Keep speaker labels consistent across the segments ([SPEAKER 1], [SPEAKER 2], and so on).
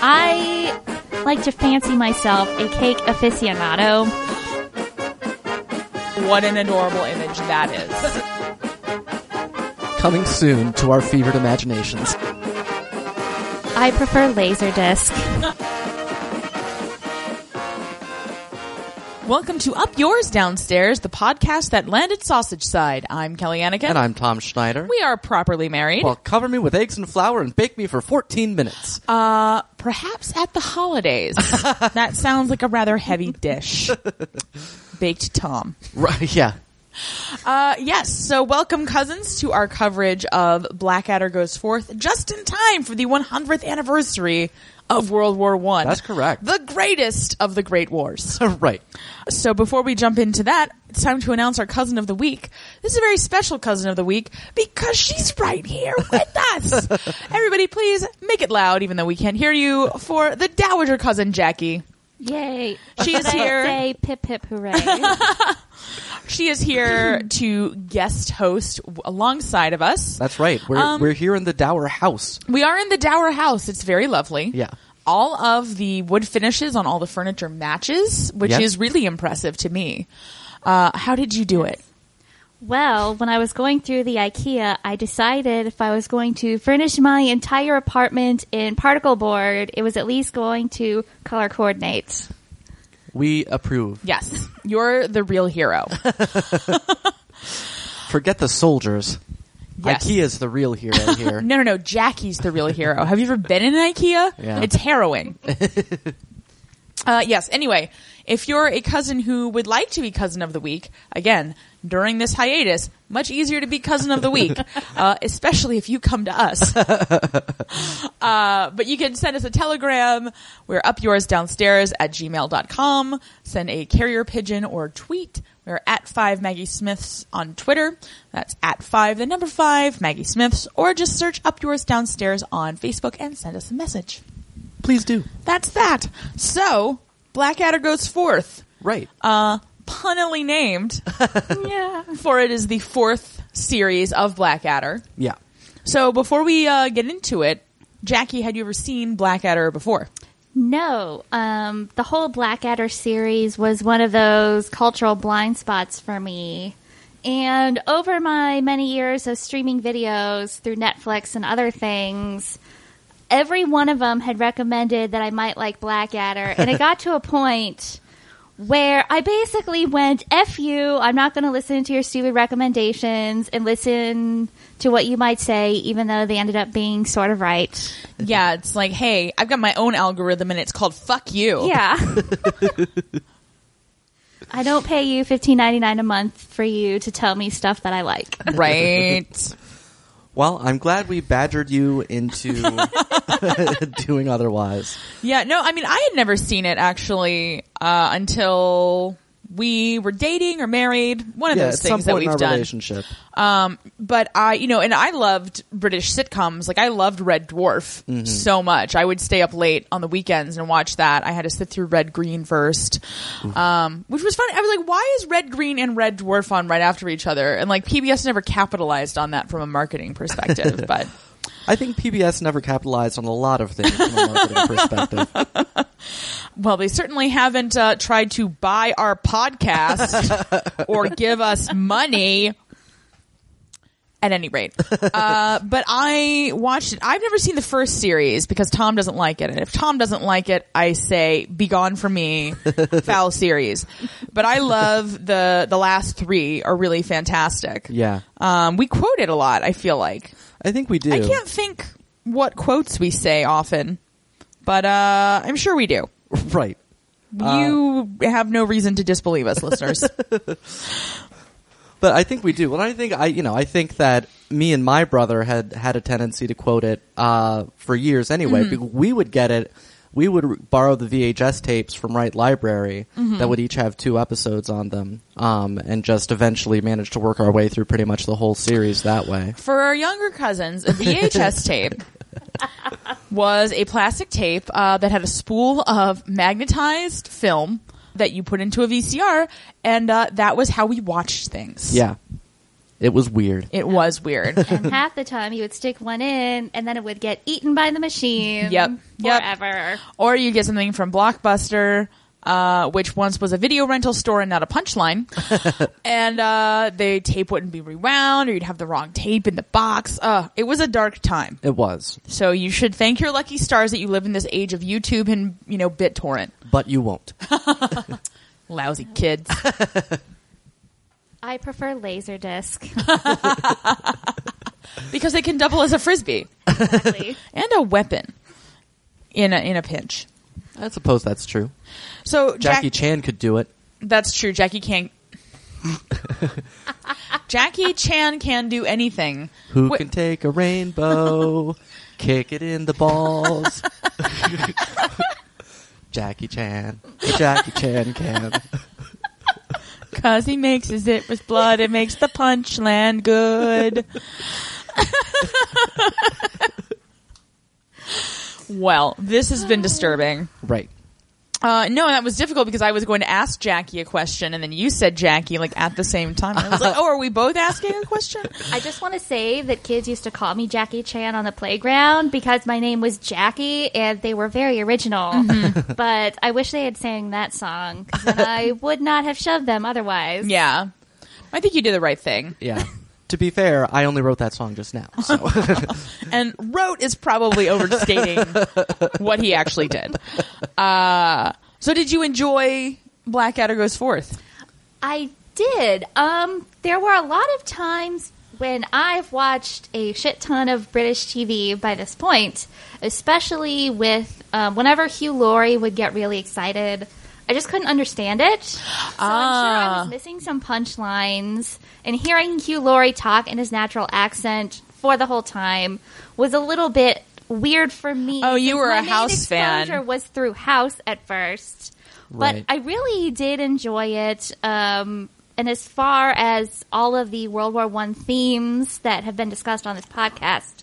[SPEAKER 1] I like to fancy myself a cake aficionado.
[SPEAKER 2] What an adorable image that is.
[SPEAKER 3] Coming soon to our fevered imaginations.
[SPEAKER 1] I prefer Laserdisc.
[SPEAKER 2] Welcome to Up Yours Downstairs, the podcast that landed Sausage Side. I'm Kelly Anakin.
[SPEAKER 3] And I'm Tom Schneider.
[SPEAKER 2] we are properly married.
[SPEAKER 3] well, cover me with eggs and flour and bake me for 14 minutes.
[SPEAKER 2] Uh, perhaps at the holidays. that sounds like a rather heavy dish. Baked Tom.
[SPEAKER 3] right, yeah.
[SPEAKER 2] Uh, yes, so welcome, cousins, to our coverage of Blackadder Goes Forth just in time for the 100th anniversary of World War One.
[SPEAKER 3] That's correct.
[SPEAKER 2] The greatest of the Great Wars.
[SPEAKER 3] right.
[SPEAKER 2] So before we jump into that, it's time to announce our cousin of the week. This is a very special cousin of the week because she's right here with us. Everybody, please make it loud, even though we can't hear you, for the Dowager cousin Jackie.
[SPEAKER 1] Yay.
[SPEAKER 2] She is
[SPEAKER 1] Should I
[SPEAKER 2] here.
[SPEAKER 1] Say pip pip hooray.
[SPEAKER 2] She is here to guest host w- alongside of us.
[SPEAKER 3] That's right. We're,
[SPEAKER 2] Um,
[SPEAKER 3] we're here in the Dower house.
[SPEAKER 2] We are in the Dower house. It's very lovely.
[SPEAKER 3] Yeah.
[SPEAKER 2] All of the wood finishes on all the furniture matches, which
[SPEAKER 3] Yeah.
[SPEAKER 2] is really impressive to me. Uh, how did you do it?
[SPEAKER 1] Well, when I was going through the IKEA, I decided if I was going to furnish my entire apartment in particle board, it was at least going to color coordinate.
[SPEAKER 3] We approve.
[SPEAKER 2] Yes, you're the real hero.
[SPEAKER 3] Forget the soldiers.
[SPEAKER 2] Yes.
[SPEAKER 3] IKEA's the real hero here.
[SPEAKER 2] No, no, no. Jackie's the real hero. Have you ever been in an IKEA?
[SPEAKER 3] Yeah.
[SPEAKER 2] It's harrowing. uh, yes. Anyway, if you're a cousin who would like to be cousin of the week, again, during this hiatus, much easier to be cousin of the week, uh, especially if you come to us. Uh, but you can send us a telegram. We're up yours downstairs at gmail.com. Send a carrier pigeon or tweet. We're at five Maggie Smiths on Twitter. That's at five, the number five Maggie Smiths, or just search up yours downstairs on Facebook and send us a message.
[SPEAKER 3] Please do.
[SPEAKER 2] That's that. So Blackadder goes forth,
[SPEAKER 3] Right.
[SPEAKER 2] uh, punnily named,
[SPEAKER 1] yeah.
[SPEAKER 2] for it is the fourth series of Blackadder.
[SPEAKER 3] yeah.
[SPEAKER 2] So before we uh, get into it, Jackie, had you ever seen Blackadder before?
[SPEAKER 1] No, um, the whole Blackadder series was one of those cultural blind spots for me. And over my many years of streaming videos through Netflix and other things, every one of them had recommended that I might like Blackadder. And it got to a point where I basically went, F you, I'm not going to listen to your stupid recommendations and listen to what you might say, even though they ended up being sort of right.
[SPEAKER 2] Yeah, it's like, hey, I've got my own algorithm and it's called fuck you.
[SPEAKER 1] Yeah. I don't pay you fifteen ninety nine a month for you to tell me stuff that I like.
[SPEAKER 2] Right.
[SPEAKER 3] Well, I'm glad we badgered you into doing otherwise.
[SPEAKER 2] yeah, no, I mean, I had never seen it actually uh, until we were dating or married, one of
[SPEAKER 3] yeah,
[SPEAKER 2] those
[SPEAKER 3] at some
[SPEAKER 2] things that
[SPEAKER 3] point in
[SPEAKER 2] we've
[SPEAKER 3] our
[SPEAKER 2] done.
[SPEAKER 3] relationship.
[SPEAKER 2] But I, you know, and I loved British sitcoms. Like I loved Red Dwarf so much. I would stay up late on the weekends and watch that. I had to sit through Red Green first, um, which was funny. I was like, why is Red Green and Red Dwarf on right after each other? And like PBS never capitalized on that from a marketing perspective, but.
[SPEAKER 3] I think PBS never capitalized on a lot of things from a marketing perspective.
[SPEAKER 2] Well, they certainly haven't uh, tried to buy our podcast or give us money. At any rate, uh, but I watched it. I've never seen the first series because Tom doesn't like it, and if Tom doesn't like it, I say be gone from me, foul series. But I love the the last three are really fantastic.
[SPEAKER 3] Yeah.
[SPEAKER 2] um, we quote it a lot. I feel like
[SPEAKER 3] I think we do.
[SPEAKER 2] I can't think what quotes we say often, but uh, I'm sure we do.
[SPEAKER 3] Right.
[SPEAKER 2] Uh, You have no reason to disbelieve us, listeners.
[SPEAKER 3] But I think we do. Well, I think I, you know, I think that me and my brother had had a tendency to quote it uh, for years anyway. Because we would get it. We would r- borrow the VHS tapes from Wright Library that would each have two episodes on them, um, and just eventually manage to work our way through pretty much the whole series that way.
[SPEAKER 2] For our younger cousins, a VHS tape was a plastic tape uh, that had a spool of magnetized film that you put into a VCR, and uh, that was how we watched things.
[SPEAKER 3] Yeah, It was weird.
[SPEAKER 2] It was weird.
[SPEAKER 1] and half the time you would stick one in and then it would get eaten by the machine
[SPEAKER 2] Yep. Yep.
[SPEAKER 1] forever
[SPEAKER 2] or you get something from Blockbuster, uh, which once was a video rental store and not a punchline. and uh, the tape wouldn't be rewound, or you'd have the wrong tape in the box. Uh, it was a dark time.
[SPEAKER 3] It was,
[SPEAKER 2] So you should thank your lucky stars that you live in this age of YouTube and you know BitTorrent.
[SPEAKER 3] but you won't.
[SPEAKER 2] Lousy kids.
[SPEAKER 1] i prefer laserdisc
[SPEAKER 2] because they can double as a frisbee
[SPEAKER 1] exactly.
[SPEAKER 2] and a weapon in a, in a pinch.
[SPEAKER 3] I suppose that's true.
[SPEAKER 2] So
[SPEAKER 3] Jackie
[SPEAKER 2] Jack-
[SPEAKER 3] Chan could do it.
[SPEAKER 2] That's true. Jackie can. Jackie Chan can do anything.
[SPEAKER 3] Who
[SPEAKER 2] Wh-
[SPEAKER 3] can take a rainbow, kick it in the balls? Jackie Chan. Jackie Chan can.
[SPEAKER 2] Cause he mixes it with blood. It makes the punch land good. well, this has been disturbing.
[SPEAKER 3] Right.
[SPEAKER 2] Uh, no, that was difficult because I was going to ask Jackie a question, and then you said Jackie like at the same time. I was like, "Oh, are we both asking a question?"
[SPEAKER 1] i just want to say that kids used to call me jackie chan on the playground because my name was jackie and they were very original
[SPEAKER 2] Mm-hmm.
[SPEAKER 1] but i wish they had sang that song 'cause then i would not have shoved them otherwise
[SPEAKER 2] Yeah, I think you did the right thing.
[SPEAKER 3] Yeah. to be fair, I only wrote that song just now. So.
[SPEAKER 2] and wrote is probably overstating what he actually did. Uh, so did you enjoy Blackadder Goes Forth?
[SPEAKER 1] I did. Um, there were a lot of times when I've watched a shit ton of British TV by this point, especially with um, whenever Hugh Laurie would get really excited. I just couldn't understand it. So I'm sure I
[SPEAKER 2] Ah.
[SPEAKER 1] was missing some punchlines. And hearing Hugh Laurie talk in his natural accent for the whole time was a little bit weird for me.
[SPEAKER 2] Oh, you
[SPEAKER 1] since
[SPEAKER 2] were
[SPEAKER 1] my
[SPEAKER 2] a
[SPEAKER 1] main
[SPEAKER 2] House fan.
[SPEAKER 1] exposure was through House at first,
[SPEAKER 3] Right.
[SPEAKER 1] but I really did enjoy it. Um, and as far as all of the World War One themes that have been discussed on this podcast,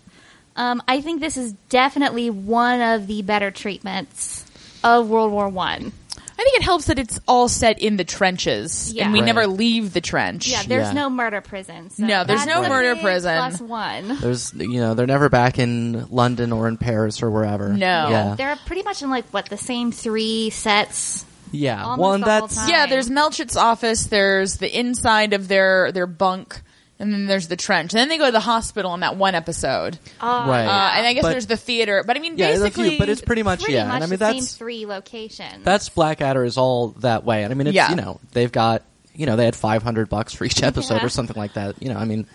[SPEAKER 1] um, I think this is definitely one of the better treatments of World War One.
[SPEAKER 2] I think it helps that it's all set in the trenches,
[SPEAKER 1] Yeah.
[SPEAKER 2] and we
[SPEAKER 1] Right.
[SPEAKER 2] never leave the trench.
[SPEAKER 1] Yeah, there's
[SPEAKER 3] Yeah.
[SPEAKER 1] no murder prison. So
[SPEAKER 2] No, there's
[SPEAKER 1] that's
[SPEAKER 2] no
[SPEAKER 1] a
[SPEAKER 2] murder
[SPEAKER 1] big
[SPEAKER 2] prison.
[SPEAKER 1] Plus one.
[SPEAKER 3] There's, you know, they're never back in London or in Paris or wherever.
[SPEAKER 2] No.
[SPEAKER 3] Yeah.
[SPEAKER 1] They're pretty much in like what the same three sets.
[SPEAKER 3] Yeah.
[SPEAKER 1] Almost
[SPEAKER 3] One
[SPEAKER 1] the whole
[SPEAKER 3] that's
[SPEAKER 1] time.
[SPEAKER 2] Yeah, there's Melchit's office. There's the inside of their their bunk, and then there's the trench. And then they go to the hospital in that one episode.
[SPEAKER 1] Oh,
[SPEAKER 3] Right.
[SPEAKER 2] Uh, and I guess
[SPEAKER 3] But-
[SPEAKER 2] there's the theater. But I mean,
[SPEAKER 3] yeah, there's a few,
[SPEAKER 2] basically,
[SPEAKER 3] but it's pretty much
[SPEAKER 1] pretty
[SPEAKER 3] yeah.
[SPEAKER 1] much
[SPEAKER 3] and I mean
[SPEAKER 1] the
[SPEAKER 3] that's
[SPEAKER 1] same three locations.
[SPEAKER 3] that's Blackadder is all that way. And I mean it's
[SPEAKER 2] Yeah.
[SPEAKER 3] you know, they've got you know, they had 500 bucks for each episode
[SPEAKER 1] Yeah.
[SPEAKER 3] or something like that. You know, I mean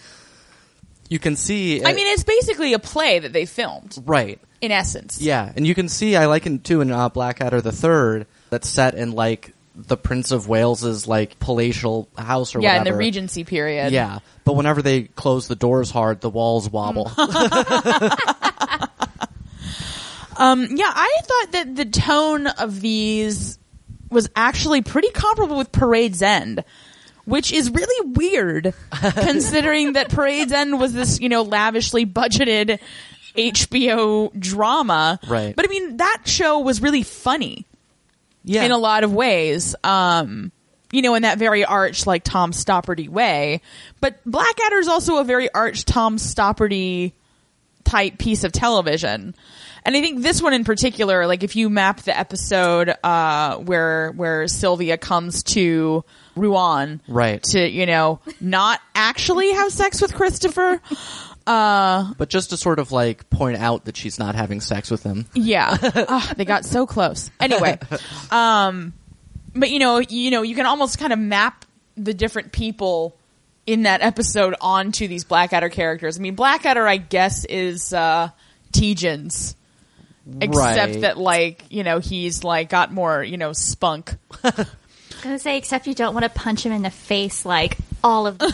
[SPEAKER 3] you can see
[SPEAKER 2] I mean, it's basically a play that they filmed
[SPEAKER 3] right.
[SPEAKER 2] in essence.
[SPEAKER 3] Yeah, and you can see I liken it too in uh, Blackadder the Third that's set in like the Prince of Wales's like palatial house or
[SPEAKER 2] yeah, in
[SPEAKER 3] whatever.
[SPEAKER 2] the Regency period.
[SPEAKER 3] Yeah, but whenever they close the doors hard, the walls wobble.
[SPEAKER 2] Mm. Um, yeah, I thought that the tone of these was actually pretty comparable with Parade's End, which is really weird considering that Parade's End was this, you know, lavishly budgeted HBO drama.
[SPEAKER 3] Right.
[SPEAKER 2] But I mean, that show was really funny
[SPEAKER 3] yeah,
[SPEAKER 2] in a lot of ways. Um, you know, in that very arch, like Tom Stopperty way. But Blackadder is also a very arch Tom Stopperty type piece of television. And I think this one in particular, like if you map the episode uh, where where Sylvia comes to Ruan,
[SPEAKER 3] Right.
[SPEAKER 2] to you know not actually have sex with Christopher,
[SPEAKER 3] but just to sort of like point out that she's not having sex with him.
[SPEAKER 2] Yeah. Ah, they got so close. Anyway, um, but you know, you know, you can almost kind of map the different people in that episode onto these Blackadder characters. I mean, Blackadder, I guess, is uh, Tejan's, except
[SPEAKER 3] Right.
[SPEAKER 2] that like you know he's like got more you know spunk.
[SPEAKER 1] I was gonna say, except you don't want to punch him in the face like all of them.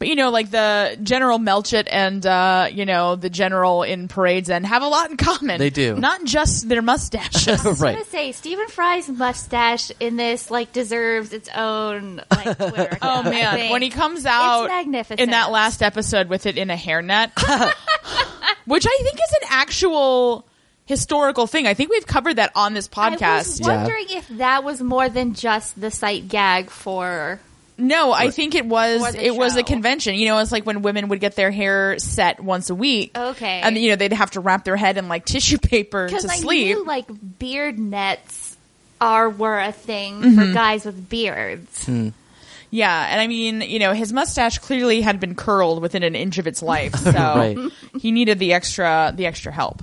[SPEAKER 2] But you know, like the General Melchett and uh, you know the General in Parades End have a lot in common.
[SPEAKER 3] They do.
[SPEAKER 2] not just their mustaches.
[SPEAKER 1] I was
[SPEAKER 3] right.
[SPEAKER 1] gonna say Stephen Fry's mustache in this like deserves its own like Twitter. account,
[SPEAKER 2] Oh
[SPEAKER 1] I
[SPEAKER 2] man,
[SPEAKER 1] think.
[SPEAKER 2] when he comes out
[SPEAKER 1] magnificent.
[SPEAKER 2] in that last episode with it in a hairnet, which I think is an actual historical thing. I think we've covered that on this
[SPEAKER 1] I was
[SPEAKER 2] podcast.
[SPEAKER 3] Yeah.
[SPEAKER 1] wondering if that was more than just the sight gag for
[SPEAKER 2] No, I think it was
[SPEAKER 1] For the
[SPEAKER 2] it was
[SPEAKER 1] show.
[SPEAKER 2] a convention. You know, it's like when women would get their hair set once a week.
[SPEAKER 1] Okay.
[SPEAKER 2] and you know they'd have to wrap their head in like tissue paper to
[SPEAKER 1] Because I
[SPEAKER 2] sleep.
[SPEAKER 1] knew like beard nets are were a thing
[SPEAKER 2] Mm-hmm.
[SPEAKER 1] for guys with beards.
[SPEAKER 3] Hmm.
[SPEAKER 2] yeah, and I mean, you know, his mustache clearly had been curled within an inch of its life, so
[SPEAKER 3] Right.
[SPEAKER 2] he needed the extra the extra help.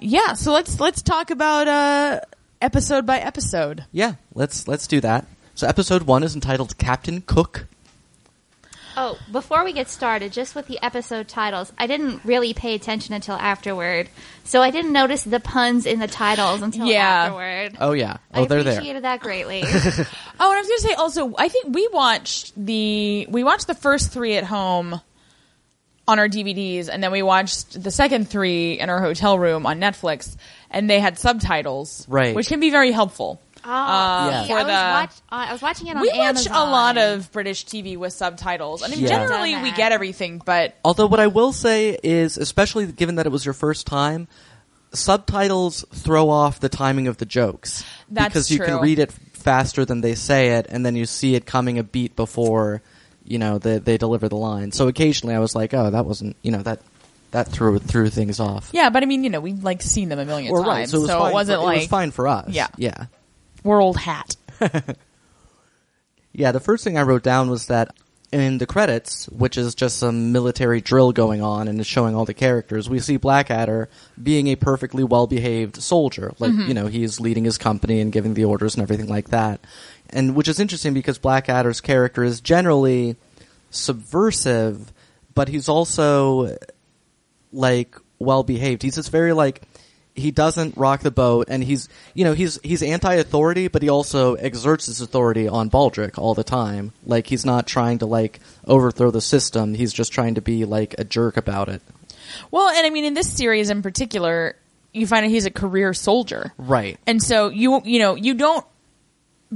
[SPEAKER 2] yeah, so let's let's talk about uh episode by episode.
[SPEAKER 3] Yeah, let's let's do that. So episode one is entitled Captain Cook.
[SPEAKER 1] Oh, before we get started, just with the episode titles, I didn't really pay attention until afterward, so I didn't notice the puns in the titles until
[SPEAKER 2] Yeah.
[SPEAKER 1] afterward.
[SPEAKER 3] Oh yeah. Oh,
[SPEAKER 1] I
[SPEAKER 3] they're there.
[SPEAKER 1] appreciated that greatly.
[SPEAKER 2] Oh, and I was going to say also, I think we watched the we watched the first three at home on our DVDs, and then we watched the second three in our hotel room on Netflix, and they had subtitles,
[SPEAKER 3] Right.
[SPEAKER 2] which can be very helpful.
[SPEAKER 1] Oh,
[SPEAKER 2] Uh,
[SPEAKER 1] see, I
[SPEAKER 2] for
[SPEAKER 1] was
[SPEAKER 2] the-
[SPEAKER 1] watch- I was watching it on
[SPEAKER 2] we
[SPEAKER 1] Amazon.
[SPEAKER 2] watch a lot of British TV with subtitles. I mean,
[SPEAKER 3] Yeah.
[SPEAKER 2] generally we get everything, but
[SPEAKER 3] Although what I will say is, especially given that it was your first time, subtitles throw off the timing of the jokes
[SPEAKER 2] That's
[SPEAKER 3] because you can
[SPEAKER 2] true.
[SPEAKER 3] read it faster than they say it, and then you see it coming a beat before you know they, they deliver the line. So occasionally I was like, oh, that wasn't you know that that threw threw things off.
[SPEAKER 2] yeah, but I mean, you know, we've like seen them a million
[SPEAKER 3] Or
[SPEAKER 2] times,
[SPEAKER 3] right, so it, was fine
[SPEAKER 2] not
[SPEAKER 3] for,
[SPEAKER 2] like
[SPEAKER 3] it was fine for us.
[SPEAKER 2] Yeah.
[SPEAKER 3] yeah.
[SPEAKER 2] we're old hat.
[SPEAKER 3] Yeah, the first thing I wrote down was that in the credits, which is just some military drill going on and it's showing all the characters, we see Blackadder being a perfectly well behaved soldier. Like, you know, he's leading his company and giving the orders and everything like that. And which is interesting because Blackadder's character is generally subversive, but he's also like well behaved. He's just very like he doesn't rock the boat and he's you know he's he's anti-authority but he also exerts his authority on Baldric all the time. Like he's not trying to like overthrow the system. He's just trying to be like a jerk about it.
[SPEAKER 2] Well, and I mean, in this series in particular, you find out he's a career soldier,
[SPEAKER 3] Right.
[SPEAKER 2] And so you you know you don't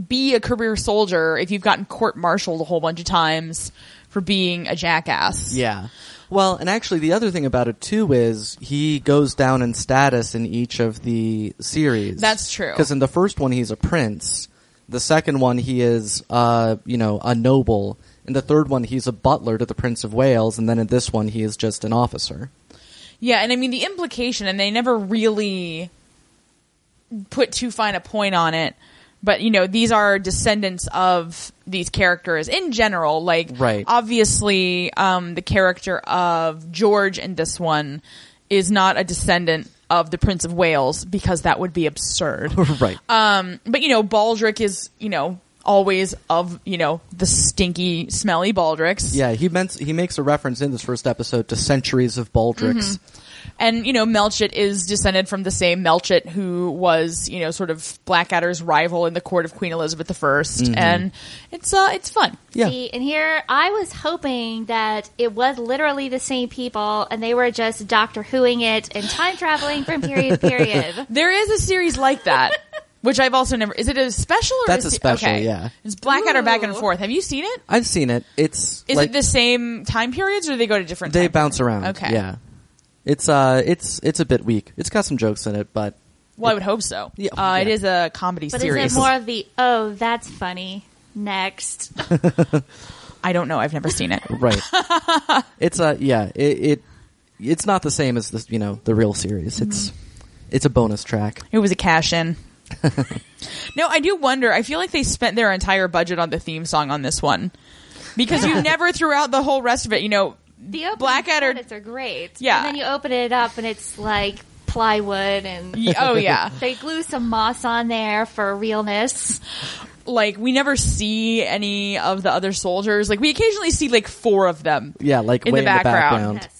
[SPEAKER 2] be a career soldier if you've gotten court martialed a whole bunch of times for being a jackass.
[SPEAKER 3] Yeah. Well, and actually the other thing about it too is he goes down in status in each of the series.
[SPEAKER 2] That's true.
[SPEAKER 3] Because in the first one he's a prince, the second one he is uh, you know, a noble, and the third one he's a butler to the Prince of Wales, and then in this one he is just an officer.
[SPEAKER 2] Yeah, and I mean the implication, and they never really put too fine a point on it. But you know, these are descendants of these characters in general. Like,
[SPEAKER 3] Right.
[SPEAKER 2] Obviously, um, the character of George in this one is not a descendant of the Prince of Wales because that would be absurd.
[SPEAKER 3] right.
[SPEAKER 2] Um, but you know, Baldric is you know always of you know the stinky, smelly Baldrics.
[SPEAKER 3] yeah, he meant he makes a reference in this first episode to centuries of Baldric's.
[SPEAKER 2] Mm-hmm. And, you know, Melchett is descended from the same Melchett who was, you know, sort of Blackadder's rival in the court of Queen Elizabeth I.
[SPEAKER 3] Mm-hmm.
[SPEAKER 2] And it's, uh, it's fun.
[SPEAKER 3] Yeah.
[SPEAKER 1] See, and here I was hoping that it was literally the same people, and they were just Doctor Whoing it and time traveling from period to period.
[SPEAKER 2] There is a series like that, which I've also never, is it a special or
[SPEAKER 3] That's a
[SPEAKER 2] se-
[SPEAKER 3] special,
[SPEAKER 2] okay.
[SPEAKER 3] yeah.
[SPEAKER 2] It's Blackadder back and
[SPEAKER 1] Ooh.
[SPEAKER 2] forth. Have you seen it?
[SPEAKER 3] I've seen it. It's
[SPEAKER 2] Is
[SPEAKER 3] like,
[SPEAKER 2] it the same time periods or do they go to different
[SPEAKER 3] they
[SPEAKER 2] time
[SPEAKER 3] bounce
[SPEAKER 2] periods?
[SPEAKER 3] around.
[SPEAKER 2] Okay.
[SPEAKER 3] Yeah. It's uh it's it's a bit weak. It's got some jokes in it, but
[SPEAKER 2] Well, I would hope so.
[SPEAKER 3] Yeah,
[SPEAKER 2] uh, It
[SPEAKER 3] yeah.
[SPEAKER 2] is a comedy
[SPEAKER 1] But
[SPEAKER 2] series.
[SPEAKER 1] is it more of the oh that's funny next?
[SPEAKER 2] I don't know. I've never seen it.
[SPEAKER 3] Right. it's a yeah. It, it it's not the same as the you know the real series. It's
[SPEAKER 2] Mm-hmm.
[SPEAKER 3] it's a bonus track.
[SPEAKER 2] It was a cash in. no, I do wonder. I feel like they spent their entire budget on the theme song on this one because you never threw out the whole rest of it. You know,
[SPEAKER 1] The opening
[SPEAKER 2] Blackadder-
[SPEAKER 1] credits are great.
[SPEAKER 2] Yeah.
[SPEAKER 1] and then you open it up and it's like plywood and
[SPEAKER 2] y- oh yeah,
[SPEAKER 1] They glue some moss on there for realness.
[SPEAKER 2] like we never see any of the other soldiers. Like we occasionally see like four of them.
[SPEAKER 3] Yeah, like
[SPEAKER 2] In
[SPEAKER 3] way
[SPEAKER 2] the
[SPEAKER 3] in the
[SPEAKER 2] background.
[SPEAKER 3] background.
[SPEAKER 1] Yes.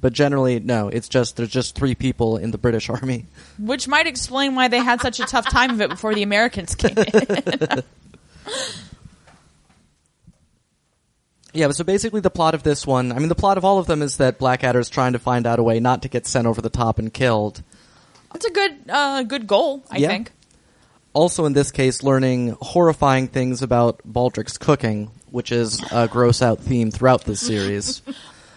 [SPEAKER 3] But generally, no. It's just there's just three people in the British Army.
[SPEAKER 2] which might explain why they had such a tough time of it before the Americans came. in.
[SPEAKER 3] Yeah, but so basically the plot of this one, I mean the plot of all of them is that Blackadder's trying to find out a way not to get sent over the top and killed.
[SPEAKER 2] That's a good, uh, good goal, I
[SPEAKER 3] Yeah.
[SPEAKER 2] think.
[SPEAKER 3] Also in this case learning horrifying things about Baldric's cooking, which is a gross out theme throughout this series.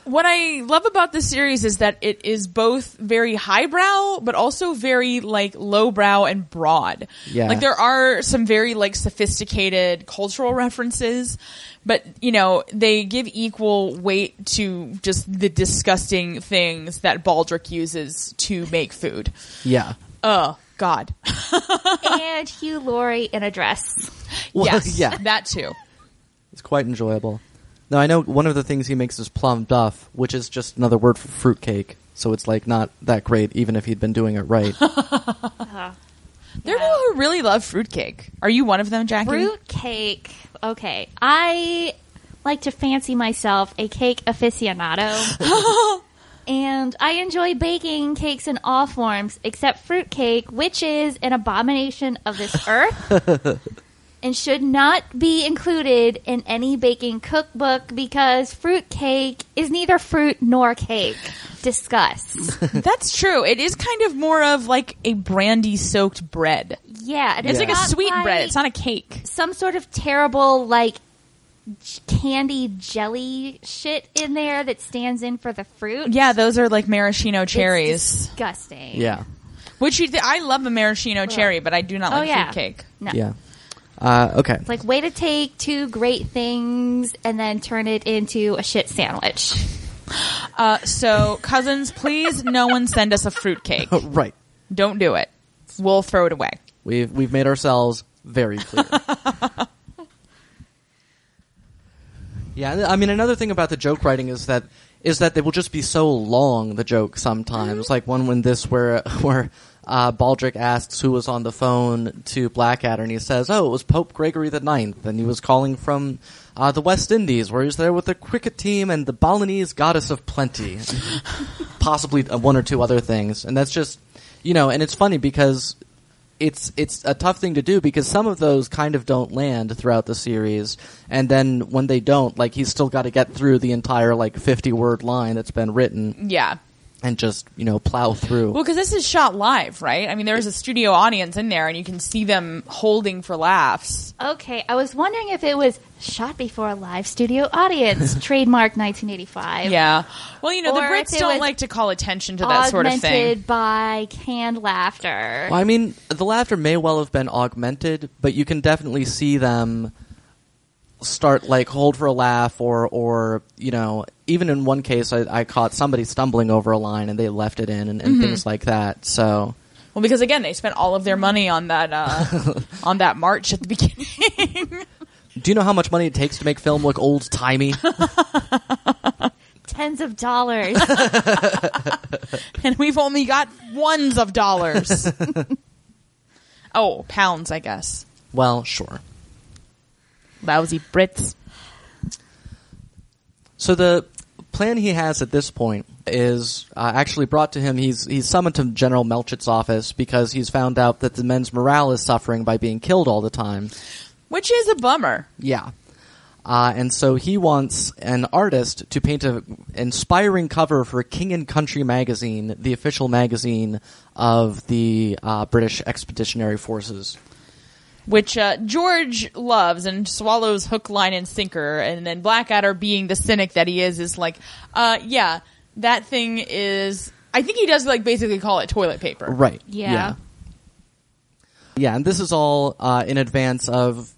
[SPEAKER 2] what I love about this series is that it is both very highbrow, but also very like lowbrow and broad.
[SPEAKER 3] Yeah.
[SPEAKER 2] Like there are some very like sophisticated cultural references, but you know, they give equal weight to just the disgusting things that Baldric uses to make food.
[SPEAKER 3] Yeah.
[SPEAKER 2] Oh God.
[SPEAKER 1] and Hugh Laurie in a dress.
[SPEAKER 3] Well,
[SPEAKER 2] yes.
[SPEAKER 3] yeah.
[SPEAKER 2] That too.
[SPEAKER 3] It's quite enjoyable. Now I know one of the things he makes is plum duff, which is just another word for fruitcake. So it's like not that great, even if he'd been doing it right.
[SPEAKER 1] Uh-huh.
[SPEAKER 2] There are people who really love fruitcake. Are you one of them, Jackie?
[SPEAKER 1] Fruit cake. Okay, I like to fancy myself a cake aficionado. And I enjoy baking cakes in all forms except fruitcake, which is an abomination of this earth and should not be included in any baking cookbook because fruitcake is neither fruit nor cake. Disgust.
[SPEAKER 2] That's true. It is kind of more of like a brandy soaked bread.
[SPEAKER 1] Yeah, and
[SPEAKER 2] It's like a
[SPEAKER 1] not
[SPEAKER 2] sweet bread.
[SPEAKER 1] like
[SPEAKER 2] It's not a cake.
[SPEAKER 1] some sort of terrible like j- candy jelly shit in there that stands in for the fruit.
[SPEAKER 2] Yeah, those are like maraschino
[SPEAKER 1] It's
[SPEAKER 2] cherries.
[SPEAKER 1] disgusting.
[SPEAKER 3] yeah.
[SPEAKER 2] Which you th- I love a maraschino cherry, but I do not
[SPEAKER 1] Oh,
[SPEAKER 2] like
[SPEAKER 1] yeah.
[SPEAKER 2] fruitcake.
[SPEAKER 1] No.
[SPEAKER 3] Yeah. Uh, okay.
[SPEAKER 1] It's like way to take two great things and then turn it into a shit sandwich.
[SPEAKER 2] Uh, so cousins, please, no one send us a fruitcake.
[SPEAKER 3] right.
[SPEAKER 2] Don't do it. We'll throw it away.
[SPEAKER 3] We've we've made ourselves very clear. yeah, and I mean another thing about the joke writing is that is that they will just be so long the joke sometimes. Like one when this where where uh, Baldric asks who was on the phone to Blackadder, and he says, "Oh, it was Pope Gregory the Ninth, and he was calling from uh, the West Indies, where he was there with the cricket team and the Balinese goddess of plenty." possibly uh, one or two other things, and that's just you know, and it's funny because it's it's a tough thing to do because some of those kind of don't land throughout the series, and then when they don't, like he's still got to get through the entire like fifty word line that's been written
[SPEAKER 2] Yeah.
[SPEAKER 3] and just you know plow through.
[SPEAKER 2] Well, because this is shot live, right? I mean, there's a studio audience in there, and you can see them holding for laughs.
[SPEAKER 1] Okay, I was wondering if it was shot before a live studio audience, trademark 1985.
[SPEAKER 2] Yeah. Well, you know, the
[SPEAKER 1] Or if
[SPEAKER 2] Brits
[SPEAKER 1] it
[SPEAKER 2] don't
[SPEAKER 1] was
[SPEAKER 2] like to call attention to that
[SPEAKER 1] Augmented
[SPEAKER 2] sort of thing.
[SPEAKER 1] by canned laughter.
[SPEAKER 3] Well, I mean, the laughter may well have been augmented, but you can definitely see them start like hold for a laugh or or you know even in one case I, I caught somebody stumbling over a line and they left it in and, and things like that so
[SPEAKER 2] Well, because again, they spent all of their money on that uh, on that march at the beginning.
[SPEAKER 3] do you know how much money it takes to make film look old timey
[SPEAKER 1] Tens of dollars.
[SPEAKER 2] and we've only got ones of dollars. oh, pounds, I guess.
[SPEAKER 3] well sure
[SPEAKER 2] Lousy Brits.
[SPEAKER 3] So the plan he has at this point is uh, actually brought to him. He's he's summoned to General Melchit's office because he's found out that the men's morale is suffering by being killed all the time.
[SPEAKER 2] Which is a bummer.
[SPEAKER 3] Yeah. Uh, and so he wants an artist to paint an inspiring cover for King and Country magazine, the official magazine of the uh, British Expeditionary Forces.
[SPEAKER 2] Which uh, George loves and swallows hook, line, and sinker. And then Blackadder, being the cynic that he is, is like, uh, yeah, that thing is. I think he does like basically call it toilet paper.
[SPEAKER 3] Right.
[SPEAKER 1] Yeah.
[SPEAKER 3] Yeah. Yeah, and this is all uh, in advance of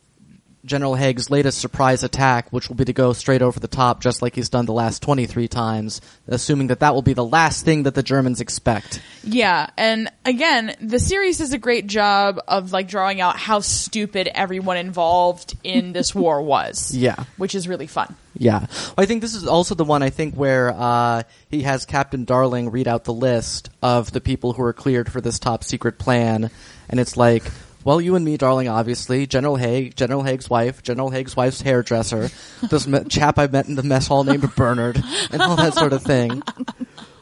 [SPEAKER 3] General Haig's latest surprise attack, which will be to go straight over the top, just like he's done the last 23 times, assuming that that will be the last thing that the Germans expect.
[SPEAKER 2] Yeah, and again, the series does a great job of like drawing out how stupid everyone involved in this war was.
[SPEAKER 3] Yeah.
[SPEAKER 2] which is really fun.
[SPEAKER 3] Yeah. Well, I think this is also the one I think where uh, he has Captain Darling read out the list of the people who are cleared for this top secret plan, and it's like, well, you and me, darling, obviously, General Haig, General Haig's wife, General Haig's wife's hairdresser, this me- chap I met in the mess hall named Bernard, and all that sort of thing.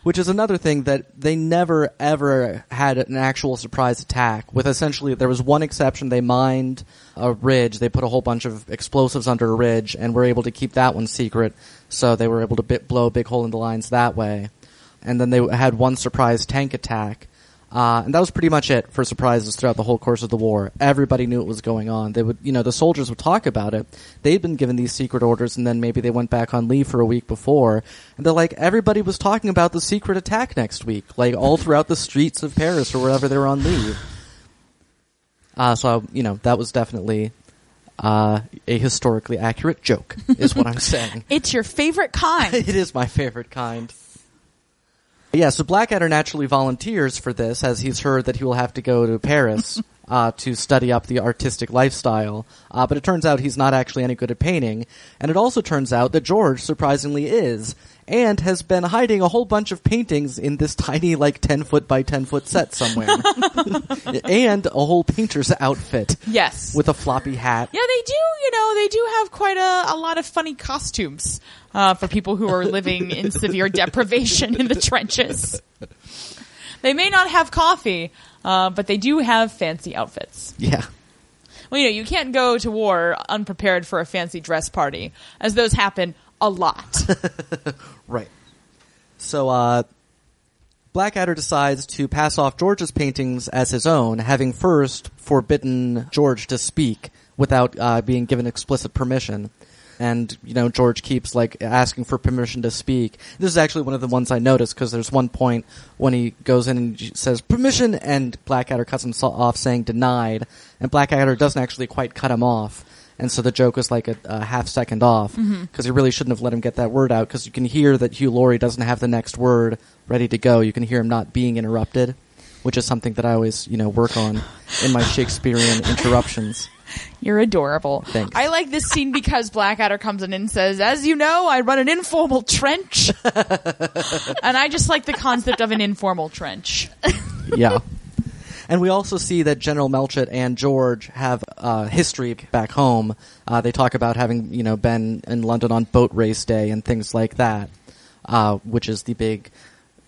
[SPEAKER 3] Which is another thing that they never ever had an actual surprise attack. With essentially, there was one exception. They mined a ridge. They put a whole bunch of explosives under a ridge and were able to keep that one secret. So they were able to bit, blow a big hole in the lines that way. And then they had one surprise tank attack. Uh, and that was pretty much it for surprises throughout the whole course of the war. Everybody knew it was going on. They would, you know, the soldiers would talk about it. They'd been given these secret orders, and then maybe they went back on leave for a week before, and they're like, everybody was talking about the secret attack next week, like all throughout the streets of Paris or wherever they were on leave. Uh, so you know, that was definitely uh, a historically accurate joke, is what I'm saying.
[SPEAKER 2] It's your favorite kind.
[SPEAKER 3] it is my favorite kind. Yeah, so Blackadder naturally volunteers for this as he's heard that he will have to go to Paris uh, to study up the artistic lifestyle. Uh, but it turns out he's not actually any good at painting. And it also turns out that George, surprisingly, is and has been hiding a whole bunch of paintings in this tiny, like, 10 foot by 10 foot set somewhere. and a whole painter's outfit
[SPEAKER 2] yes.
[SPEAKER 3] with a floppy hat.
[SPEAKER 2] yeah, they do. You know, they do have quite a, a lot of funny costumes uh, for people who are living in severe deprivation in the trenches. They may not have coffee, uh, but they do have fancy outfits.
[SPEAKER 3] Yeah.
[SPEAKER 2] Well, you know, you can't go to war unprepared for a fancy dress party, as those happen a lot.
[SPEAKER 3] Right. So, uh, Blackadder decides to pass off George's paintings as his own, having first forbidden George to speak without uh, being given explicit permission. And, you know, George keeps, like, asking for permission to speak. This is actually one of the ones I noticed because there's one point when he goes in and j- says, permission, and Blackadder cuts him so- off saying denied. And Blackadder doesn't actually quite cut him off. And so the joke is like a, a half second off because he really shouldn't have let him get that word out because you can hear that Hugh Laurie doesn't have the next word ready to go. You can hear him not being interrupted, which is something that I always, you know, work on in my Shakespearean interruptions.
[SPEAKER 2] You're adorable.
[SPEAKER 3] Thanks.
[SPEAKER 2] I like this scene because Blackadder comes in and says, "As you know, I run an informal trench," and I just like the concept of an informal trench.
[SPEAKER 3] Yeah. And we also see that General Melchett and George have uh, history back home. Uh, they talk about having, you know, been in London on boat race day and things like that, uh, which is the big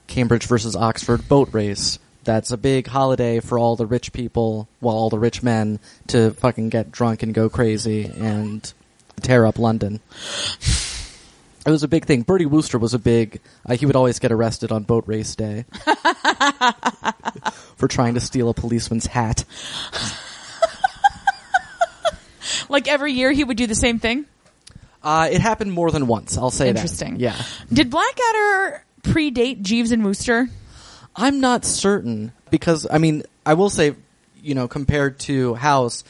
[SPEAKER 3] Cambridge versus Oxford boat race. That's a big holiday for all the rich people, well, all the rich men to fucking get drunk and go crazy and tear up London. It was a big thing. Bertie Wooster was a big. Uh, he would always get arrested on boat race day for trying to steal a policeman's hat.
[SPEAKER 2] Like every year, he would do the same thing.
[SPEAKER 3] Uh, it happened more than once. I'll say
[SPEAKER 2] Interesting.
[SPEAKER 3] that. Yeah,
[SPEAKER 2] Did Blackadder predate Jeeves and Wooster?
[SPEAKER 3] I'm not certain because I mean I will say, you know, compared to House,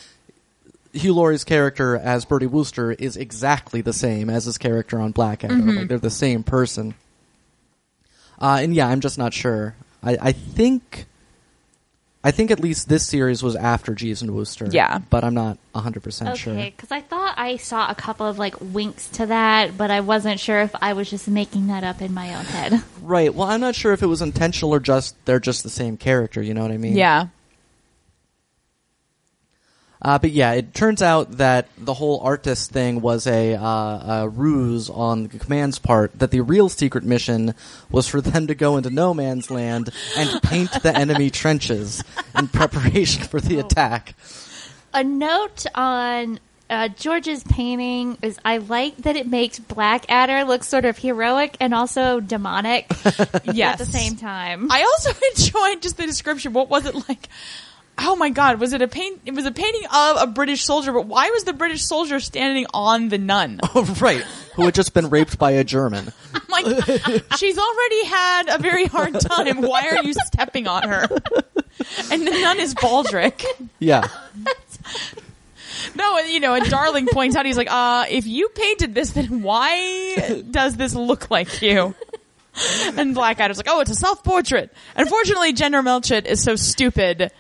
[SPEAKER 3] Hugh Laurie's character as Bertie Wooster is exactly the same as his character on Blackadder.
[SPEAKER 2] Mm-hmm.
[SPEAKER 3] Like they're the same person. Uh, and yeah, I'm just not sure. I, I think, I think at least this series was after Jeeves and Wooster.
[SPEAKER 2] Yeah.
[SPEAKER 3] but I'm not 100 percent sure.
[SPEAKER 1] Okay, because I thought I saw a couple of like winks to that, but I wasn't sure if I was just making that up in my own head.
[SPEAKER 3] Right. Well, I'm not sure if it was intentional or just they're just the same character. You know what I mean?
[SPEAKER 2] Yeah.
[SPEAKER 3] Uh, but yeah, it turns out that the whole artist thing was a, uh, a ruse on the command's part. That the real secret mission was for them to go into no man's land and paint the enemy trenches in preparation for the attack.
[SPEAKER 1] a note on uh, George's painting is I like that it makes Blackadder look sort of heroic and also demonic
[SPEAKER 2] Yes.
[SPEAKER 1] at the same time.
[SPEAKER 2] I also enjoyed just the description. What was it like? Oh my god, was it a paint? It was a painting of a British soldier, but why was the British soldier standing on the nun?
[SPEAKER 3] right. Who had just been raped by a German.
[SPEAKER 2] I'm like, she's already had a very hard time. Why are you stepping on her? And the nun is Baldric.
[SPEAKER 3] Yeah.
[SPEAKER 2] No, and you know, and Darling points out, he's like, uh, if you painted this, then why does this look like you? And Blackadder's like, oh, it's a self portrait. Unfortunately, General Melchett is so stupid.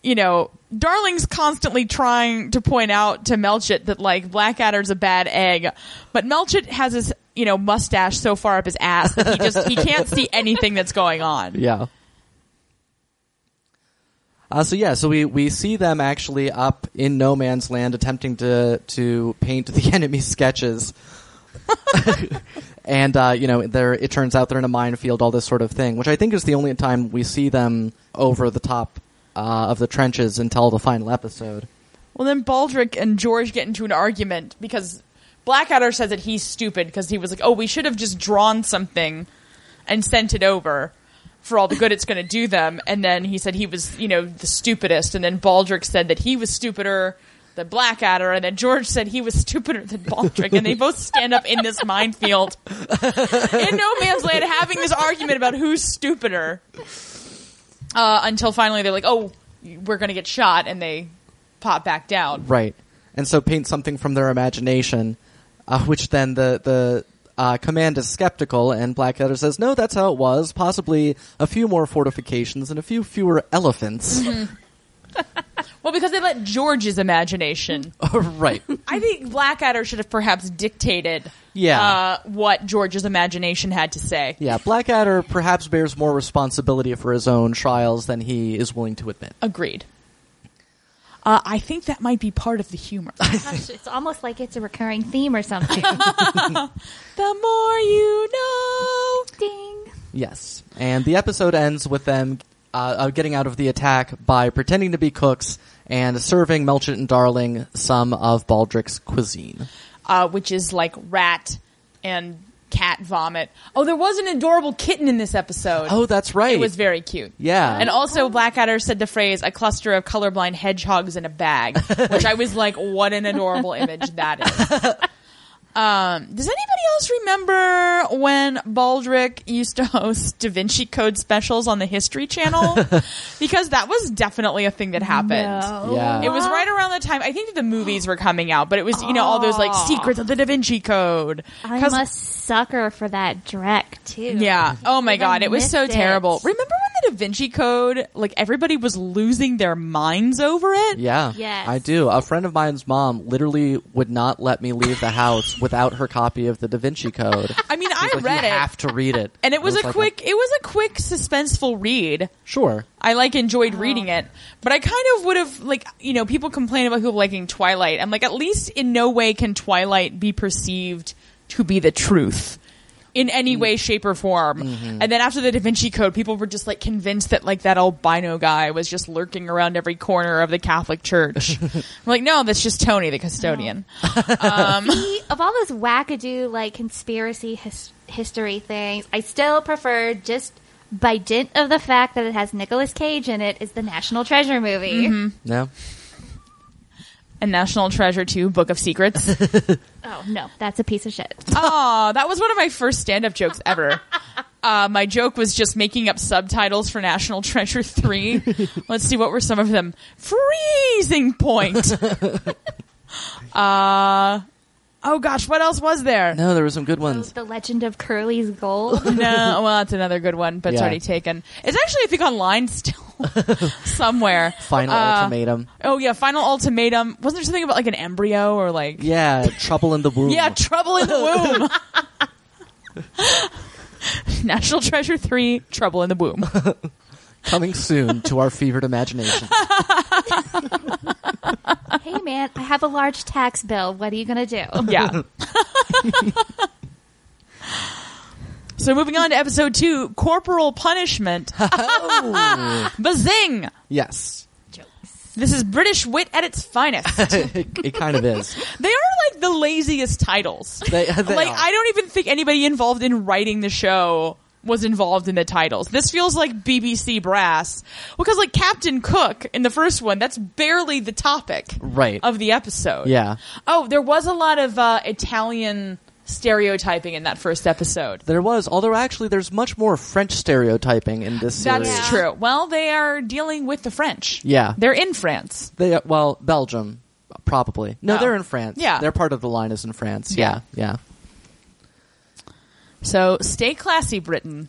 [SPEAKER 2] You know, Darling's constantly trying to point out to Melchett that, like, Blackadder's a bad egg, but Melchett has his, you know, mustache so far up his ass that he just, he can't see anything that's going on.
[SPEAKER 3] Yeah. Uh, so yeah, so we, we see them actually up in no man's land attempting to to paint the enemy sketches, and uh, you know they're it turns out they're in a minefield, all this sort of thing, which I think is the only time we see them over the top uh, of the trenches until the final episode.
[SPEAKER 2] Well, then Baldric and George get into an argument because Blackadder says that he's stupid because he was like, oh, we should have just drawn something and sent it over for all the good it's going to do them. And then he said he was, you know, the stupidest. And then Baldric said that he was stupider than Blackadder. And then George said he was stupider than Baldric. And they both stand up in this minefield in no man's land having this argument about who's stupider. Uh, until finally they're like, oh, we're going to get shot. And they pop back down.
[SPEAKER 3] Right. And so paint something from their imagination, uh, which then the, the uh, command is skeptical, and Blackadder says, no, that's how it was, possibly a few more fortifications and a few fewer elephants.
[SPEAKER 2] Mm-hmm. Well, because they let George's imagination.
[SPEAKER 3] Oh. Uh, right.
[SPEAKER 2] I think Blackadder should have perhaps dictated
[SPEAKER 3] Yeah.
[SPEAKER 2] uh, what George's imagination had to say.
[SPEAKER 3] Yeah, Blackadder perhaps bears more responsibility for his own trials than he is willing to admit.
[SPEAKER 2] Agreed. Uh, I think that might be part of the humor.
[SPEAKER 1] Gosh, it's almost like it's a recurring theme or something.
[SPEAKER 2] the more you know.
[SPEAKER 1] Ding.
[SPEAKER 3] Yes. And the episode ends with them uh, uh, getting out of the attack by pretending to be cooks and serving Melchett and Darling some of Baldric's cuisine.
[SPEAKER 2] Uh, which is like rat and cat vomit. Oh, there was an adorable kitten in this episode.
[SPEAKER 3] Oh, that's right.
[SPEAKER 2] It was very cute.
[SPEAKER 3] Yeah.
[SPEAKER 2] And also, Blackadder said the phrase, a cluster of colorblind hedgehogs in a bag, which I was like, what an adorable image that is. Um, does anybody else remember when Baldric used to host Da Vinci Code specials on the History Channel? because that was definitely a thing that happened.
[SPEAKER 3] Yeah.
[SPEAKER 2] It was right around the time I think that the movies were coming out, but it was you know all those like secrets of the Da Vinci Code.
[SPEAKER 1] I'm
[SPEAKER 2] 'Cause-
[SPEAKER 1] a sucker for that Drek too.
[SPEAKER 2] yeah. Oh my
[SPEAKER 1] Even
[SPEAKER 2] god, it was so
[SPEAKER 1] missed it.
[SPEAKER 2] terrible. Remember when the Da Vinci Code, like everybody was losing their minds over it?
[SPEAKER 3] Yeah.
[SPEAKER 1] Yes.
[SPEAKER 3] I do. A friend of mine's mom literally would not let me leave the house without her copy of the Da Vinci Code.
[SPEAKER 2] I mean, I
[SPEAKER 3] She's like,
[SPEAKER 2] read
[SPEAKER 3] you
[SPEAKER 2] it,
[SPEAKER 3] have to read it.
[SPEAKER 2] and it was, a
[SPEAKER 3] like
[SPEAKER 2] quick, it was a quick suspenseful read.
[SPEAKER 3] sure.
[SPEAKER 2] I like enjoyed reading it, but I kind of would have like you know people complain about people liking Twilight. I'm like at least in no way can Twilight be perceived to be the truth in any way, shape, or form. And then after the Da Vinci Code, people were just like convinced that like that albino guy was just lurking around every corner of the Catholic Church. I'm like, no, that's just Tony the custodian.
[SPEAKER 1] See, of all those wackadoo like conspiracy his- history things, I still prefer just by dint of the fact that it has Nicolas Cage in it is the National Treasure movie.
[SPEAKER 3] No.
[SPEAKER 2] And National Treasure 2, Book of Secrets.
[SPEAKER 1] Oh no, that's a piece of shit.
[SPEAKER 2] Aw, that was one of my first stand-up jokes ever. Uh, my joke was just making up subtitles for National Treasure 3. Let's see what were some of them. Freezing point. uh, oh gosh, what else was there?
[SPEAKER 3] No, there were some good ones.
[SPEAKER 1] the Legend of Curly's Gold.
[SPEAKER 2] No, well, that's another good one, but it's
[SPEAKER 3] Yeah.
[SPEAKER 2] already taken. It's actually, I think, online still somewhere.
[SPEAKER 3] Final
[SPEAKER 2] Uh,
[SPEAKER 3] ultimatum.
[SPEAKER 2] Oh yeah, final ultimatum. Wasn't there something about like an embryo or like
[SPEAKER 3] Yeah, trouble in the womb.
[SPEAKER 2] Yeah, Trouble in the Womb. National Treasure 3, Trouble in the Womb.
[SPEAKER 3] coming soon to our fevered imagination.
[SPEAKER 1] hey man, I have a large tax bill. What are you gonna do?
[SPEAKER 2] Yeah. so moving on to episode 2, Corporal Punishment. Bazing!
[SPEAKER 3] Yes,
[SPEAKER 1] Jokes.
[SPEAKER 2] This is British wit at its finest.
[SPEAKER 3] it, it kind of is.
[SPEAKER 2] They are like the laziest titles.
[SPEAKER 3] They, they
[SPEAKER 2] like
[SPEAKER 3] are.
[SPEAKER 2] I don't even think anybody involved in writing the show was involved in the titles. This feels like BBC brass because like Captain Cook in the first one, that's barely the topic
[SPEAKER 3] right.
[SPEAKER 2] of the episode.
[SPEAKER 3] yeah,
[SPEAKER 2] Oh, there was a lot of uh, Italian stereotyping in that first episode.
[SPEAKER 3] there was. Although actually, there's much more French stereotyping in this
[SPEAKER 2] That's
[SPEAKER 3] series.
[SPEAKER 1] Yeah.
[SPEAKER 2] true. Well, they are dealing with the French.
[SPEAKER 3] Yeah.
[SPEAKER 2] They're in France.
[SPEAKER 3] They well, Belgium probably. No,
[SPEAKER 2] Oh.
[SPEAKER 3] they're in France.
[SPEAKER 2] Yeah.
[SPEAKER 3] their part of the line is in France.
[SPEAKER 2] Yeah.
[SPEAKER 3] Yeah, yeah.
[SPEAKER 2] So stay classy, Britain.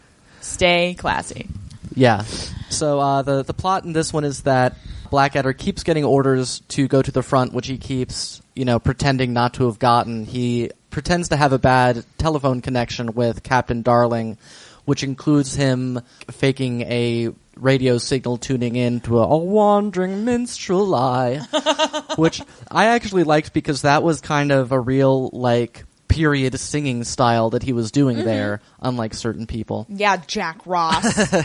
[SPEAKER 2] stay classy.
[SPEAKER 3] Yeah. So uh, the the plot in this one is that Blackadder keeps getting orders to go to the front, which he keeps, you know, pretending not to have gotten. He pretends to have a bad telephone connection with Captain Darling, which includes him faking a radio signal tuning in to a, a wandering minstrel eye, which I actually liked because that was kind of a real like period singing style that he was doing there, unlike certain people.
[SPEAKER 2] Yeah, Jack Ross.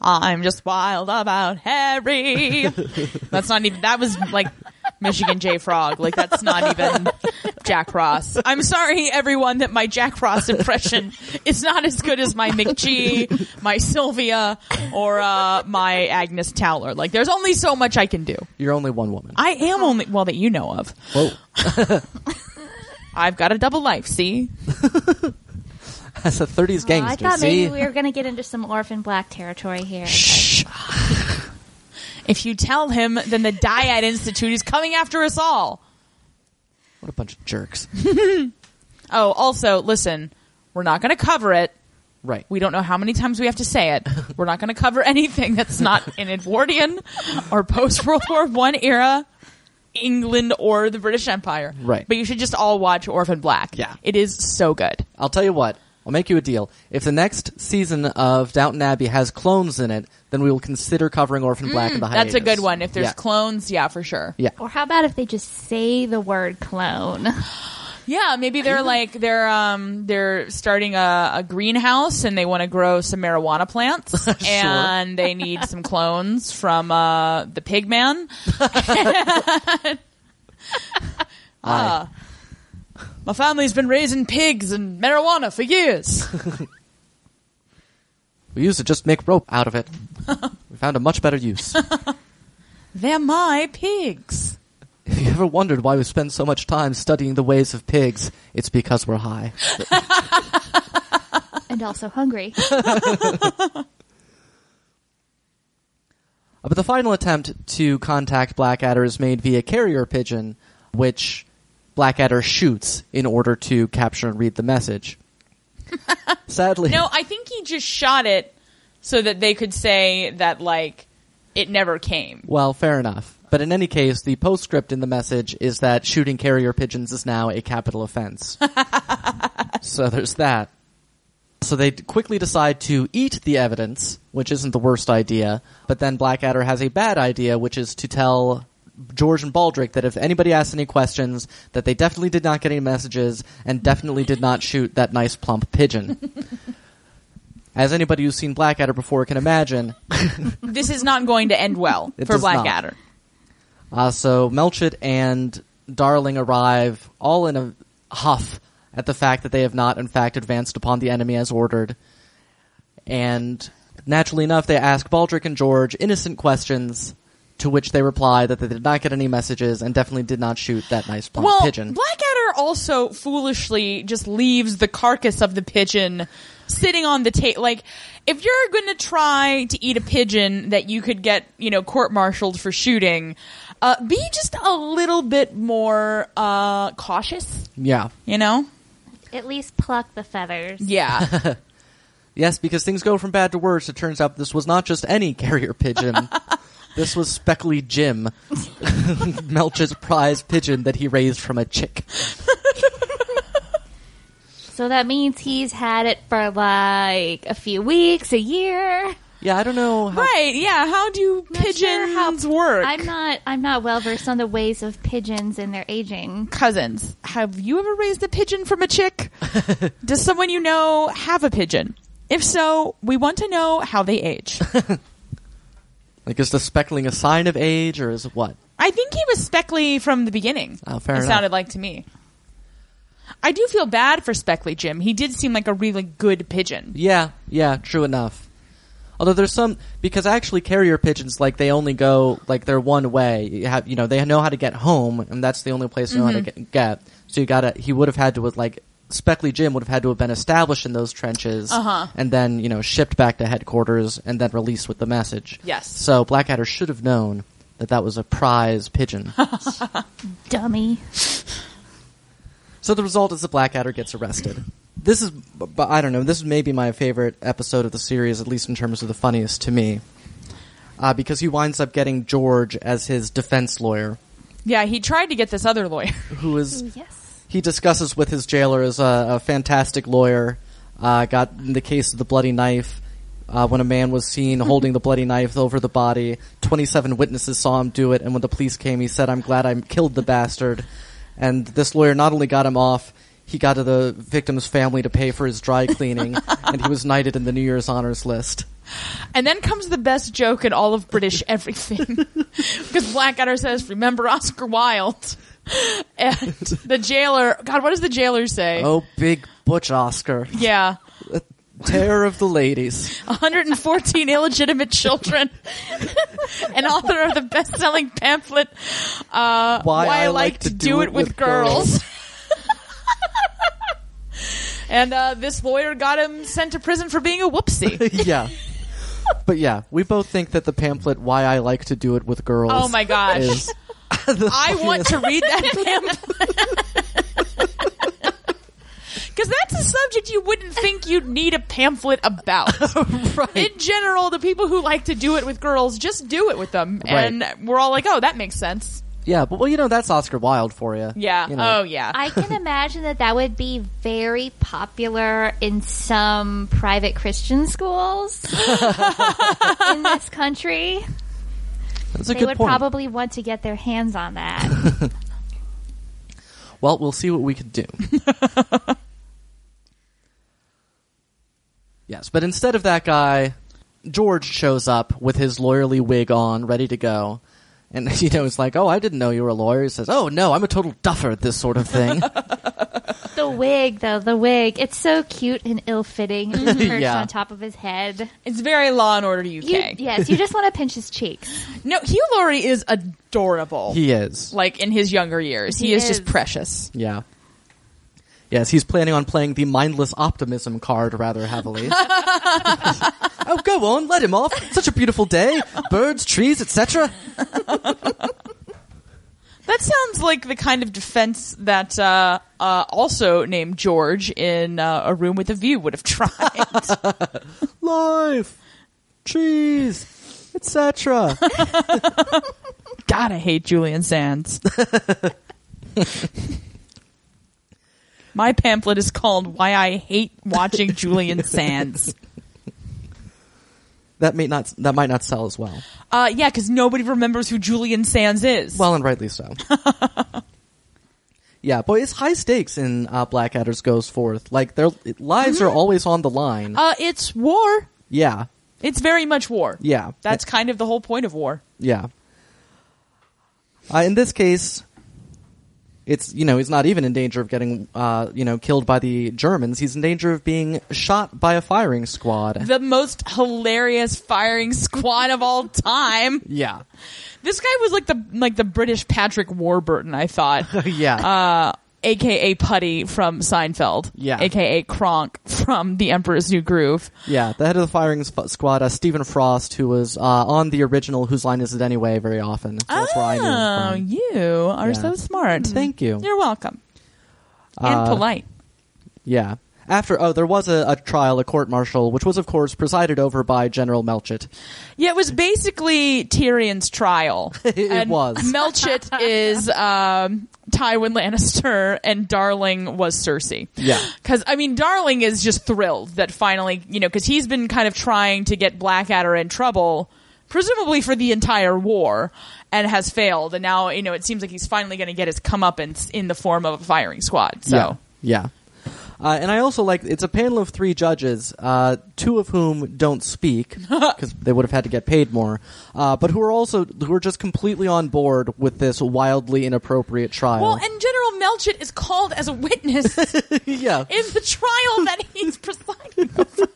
[SPEAKER 2] I'm just wild about Harry. That's not even. That was like Michigan J Frog. Like that's not even Jack Ross. I'm sorry, everyone, that my Jack Ross impression is not as good as my McGee, my Sylvia, or uh, my Agnes Towler. Like there's only so much I can do.
[SPEAKER 3] You're only one woman.
[SPEAKER 2] I am only well that you know of.
[SPEAKER 3] Whoa.
[SPEAKER 2] I've got a double life. See,
[SPEAKER 3] That's a 30s
[SPEAKER 1] Oh, I
[SPEAKER 3] gangster.
[SPEAKER 1] thought
[SPEAKER 3] see?
[SPEAKER 1] maybe we were going to get into some orphan black territory here.
[SPEAKER 2] if you tell him, then the Dyad Institute is coming after us all.
[SPEAKER 3] What a bunch of jerks.
[SPEAKER 2] Oh, also, listen, we're not going to cover it.
[SPEAKER 3] Right.
[SPEAKER 2] We don't know how many times we have to say it. We're not going to cover anything that's not in Edwardian or post World War One era England or the British Empire.
[SPEAKER 3] Right.
[SPEAKER 2] But you should just all watch Orphan Black.
[SPEAKER 3] Yeah.
[SPEAKER 2] It is so good.
[SPEAKER 3] I'll tell you what. I'll make you a deal. If the next season of Downton Abbey has clones in it, then we will consider covering Orphan Black in the hiatus.
[SPEAKER 2] Mm, That's a good one. If there's
[SPEAKER 3] yeah.
[SPEAKER 2] clones, yeah, for sure.
[SPEAKER 3] Yeah.
[SPEAKER 1] Or how about if they just say the word clone?
[SPEAKER 2] Yeah, maybe they're like they're um they're starting a, a greenhouse and they want to grow some marijuana plants and they need some clones from uh the pig man.
[SPEAKER 3] Aye.
[SPEAKER 2] Ah. My family's been raising pigs and marijuana for years.
[SPEAKER 3] We used to just make rope out of it. we found a much better use.
[SPEAKER 2] They're my pigs.
[SPEAKER 3] if you ever wondered why we spend so much time studying the ways of pigs, it's because we're high.
[SPEAKER 1] and also hungry.
[SPEAKER 3] Uh, But the final attempt to contact Blackadder is made via carrier pigeon, which Blackadder shoots in order to capture and read the message. Sadly,
[SPEAKER 2] No, I think he just shot it so that they could say that like it never came.
[SPEAKER 3] well, fair enough. But in any case, the postscript in the message is that shooting carrier pigeons is now a capital offense. so there's that. So they quickly decide to eat the evidence, which isn't the worst idea. But then Blackadder has a bad idea, which is to tell George and Baldric that if anybody asks any questions, that they definitely did not get any messages and definitely did not shoot that nice plump pigeon. As anybody who's seen Blackadder before can imagine,
[SPEAKER 2] This is not going to end well
[SPEAKER 3] It
[SPEAKER 2] for
[SPEAKER 3] does not.
[SPEAKER 2] Blackadder.
[SPEAKER 3] Uh, so Melchett and Darling arrive all in a huff at the fact that they have not, in fact, advanced upon the enemy as ordered. And naturally enough, they ask Baldric and George innocent questions, to which they reply that they did not get any messages and definitely did not shoot that nice plump
[SPEAKER 2] Well,
[SPEAKER 3] pigeon.
[SPEAKER 2] Blackadder also foolishly just leaves the carcass of the pigeon sitting on the table. Like, if you're going to try to eat a pigeon that you could get, you know, court-martialed for shooting, uh, be just a little bit more uh, cautious.
[SPEAKER 3] yeah.
[SPEAKER 2] You know?
[SPEAKER 1] At least pluck the feathers.
[SPEAKER 2] Yeah.
[SPEAKER 3] Yes, because things go from bad to worse. It turns out this was not just any carrier pigeon. this was Speckly Jim, Melch's prize pigeon that he raised from a chick.
[SPEAKER 1] So that means he's had it for like a few weeks, a year.
[SPEAKER 3] Yeah, I don't know how
[SPEAKER 2] right. Yeah. How do
[SPEAKER 1] Not
[SPEAKER 2] pigeons
[SPEAKER 1] sure how-
[SPEAKER 2] work?
[SPEAKER 1] I'm not. I'm not well versed on the ways of pigeons and their aging.
[SPEAKER 2] Cousins, have you ever raised a pigeon from a chick? Does someone you know have a pigeon? If so, we want to know how they age.
[SPEAKER 3] Like, is the speckling a sign of age, or is it what?
[SPEAKER 2] I think he was Speckley from the beginning.
[SPEAKER 3] Oh, fair
[SPEAKER 2] It
[SPEAKER 3] enough.
[SPEAKER 2] sounded like to me. I do feel bad for Speckley Jim. He did seem like a really good pigeon.
[SPEAKER 3] Yeah, yeah, true enough. Although there's some because actually carrier pigeons like they only go like they're one way. You have you know they know how to get home, and that's the only place they know how to
[SPEAKER 2] Mm-hmm.
[SPEAKER 3] get, get. So you gotta he would have had to have like Speckley Jim would have had to have been established in those trenches,
[SPEAKER 2] Uh-huh.
[SPEAKER 3] and then you know shipped back to headquarters and then released with the message.
[SPEAKER 2] Yes.
[SPEAKER 3] So Blackadder should have known that that was a prize pigeon.
[SPEAKER 1] Dummy.
[SPEAKER 3] So the result is that Blackadder gets arrested. This is, b- b- I don't know, this is maybe my favorite episode of the series, at least in terms of the funniest to me. Uh, because he winds up getting George as his defense lawyer,
[SPEAKER 2] Yeah, he tried to get this other lawyer.
[SPEAKER 3] who is,
[SPEAKER 1] Yes.
[SPEAKER 3] he discusses with his jailer as a, a fantastic lawyer. Uh, got in the case of the bloody knife, uh, when a man was seen holding the bloody knife over the body. 27 witnesses saw him do it, and when the police came, he said, I'm glad I killed the bastard. And this lawyer not only got him off, he got to the victim's family to pay for his dry cleaning, and he was knighted in the New Year's honors list.
[SPEAKER 2] And then comes the best joke in all of British everything. Because Blackadder says, Remember Oscar Wilde. And the jailer, God, what does the jailer say?
[SPEAKER 3] Oh, big butch Oscar,
[SPEAKER 2] Yeah.
[SPEAKER 3] terror of the ladies.
[SPEAKER 2] 114 illegitimate children, and author of the best-selling pamphlet uh,
[SPEAKER 3] Why I Like to Do It With Girls.
[SPEAKER 2] and uh, this lawyer got him sent to prison for being a whoopsie.
[SPEAKER 3] yeah. But yeah, we both think that the pamphlet "Why I Like to Do It with Girls"
[SPEAKER 2] Oh my gosh.
[SPEAKER 3] is the
[SPEAKER 2] I want
[SPEAKER 3] funniest-
[SPEAKER 2] to read that pamphlet. Because that's a subject you wouldn't think you'd need a pamphlet about.
[SPEAKER 3] right.
[SPEAKER 2] in general, the people who like to do it with girls just do it with them, and we're all like, "Oh, that makes sense."
[SPEAKER 3] Yeah, but well, you know that's Oscar Wilde for you.
[SPEAKER 2] Yeah.
[SPEAKER 3] You know.
[SPEAKER 2] Oh, yeah.
[SPEAKER 1] I can imagine that that would be very popular in some private Christian schools in this country.
[SPEAKER 3] that's a
[SPEAKER 1] They
[SPEAKER 3] good
[SPEAKER 1] would
[SPEAKER 3] point.
[SPEAKER 1] probably want to get their hands on that.
[SPEAKER 3] well, we'll see what we can do. yes, but instead of that guy, George shows up with his lawyerly wig on, ready to go. And you know, it's like, oh, I didn't know you were a lawyer. He says, oh no, I'm a total duffer at this sort of thing.
[SPEAKER 1] The wig, though, the wig. It's so cute and ill fitting. It's perched
[SPEAKER 3] Yeah.
[SPEAKER 1] on top of his head.
[SPEAKER 2] it's very Law and Order UK.
[SPEAKER 1] You, Yes, you just want to pinch his cheeks.
[SPEAKER 2] No, Hugh Laurie is adorable.
[SPEAKER 3] he is.
[SPEAKER 2] like in his younger years, he,
[SPEAKER 1] He
[SPEAKER 2] is,
[SPEAKER 1] is.
[SPEAKER 2] just precious.
[SPEAKER 3] Yeah. Yes, he's planning on playing the mindless optimism card rather heavily. oh, go on, let him off. Such a beautiful day. Birds, trees, etc.
[SPEAKER 2] That sounds like the kind of defense that uh, uh, also named George in uh, A Room with a View would have tried.
[SPEAKER 3] Life, trees, etc.
[SPEAKER 2] God, I hate Julian Sands. My pamphlet is called "Why I Hate Watching Julian Sands."
[SPEAKER 3] that may not that might not sell as well.
[SPEAKER 2] Uh, yeah, because nobody remembers who Julian Sands is.
[SPEAKER 3] Well, and rightly so. yeah, boy, it's high stakes in uh, Blackadder's goes forth. Like their lives are always on the line.
[SPEAKER 2] uh, it's war.
[SPEAKER 3] yeah,
[SPEAKER 2] It's very much war.
[SPEAKER 3] yeah.
[SPEAKER 2] That's kind of the whole point of war.
[SPEAKER 3] Yeah. Uh, in this case, it's you know he's not even in danger of getting uh, you know killed by the Germans. He's in danger of being shot by a firing squad.
[SPEAKER 2] The most hilarious firing squad of all time.
[SPEAKER 3] yeah,
[SPEAKER 2] This guy was like the like the British Patrick Warburton, I thought.
[SPEAKER 3] yeah,
[SPEAKER 2] uh, aka Putty from Seinfeld,
[SPEAKER 3] Yeah.
[SPEAKER 2] aka Kronk from The Emperor's New Groove.
[SPEAKER 3] yeah. The head of the firing sp- squad, uh, Stephen Frost, who was uh, on the original "Whose Line Is It Anyway?" very often. So That's where I knew
[SPEAKER 2] Oh,
[SPEAKER 3] him from.
[SPEAKER 2] you are
[SPEAKER 3] Yeah. Mm-hmm.
[SPEAKER 2] so smart.
[SPEAKER 3] Thank you.
[SPEAKER 2] You're welcome. And
[SPEAKER 3] Uh,
[SPEAKER 2] polite.
[SPEAKER 3] Yeah. After oh, there was a, a trial, a court martial, which was of course presided over by General Melchett.
[SPEAKER 2] Yeah, it was basically Tyrion's trial.
[SPEAKER 3] It
[SPEAKER 2] And
[SPEAKER 3] was.
[SPEAKER 2] Melchett is um, Tywin Lannister, and Darling was Cersei.
[SPEAKER 3] Yeah.
[SPEAKER 2] Because, I mean, Darling is just thrilled that finally, you know, because he's been kind of trying to get Blackadder in trouble, presumably for the entire war, and has failed. And now, you know, it seems like he's finally going to get his comeuppance in the form of a firing squad. So.
[SPEAKER 3] Yeah. yeah. Uh, and I also like it's a panel of three judges, uh, two of whom don't speak because they would have had to get paid more, uh, but who are also who are just completely on board with this wildly inappropriate trial.
[SPEAKER 2] Well, and General Melchett is called as a witness
[SPEAKER 3] yeah,
[SPEAKER 2] in the trial that he's presiding over.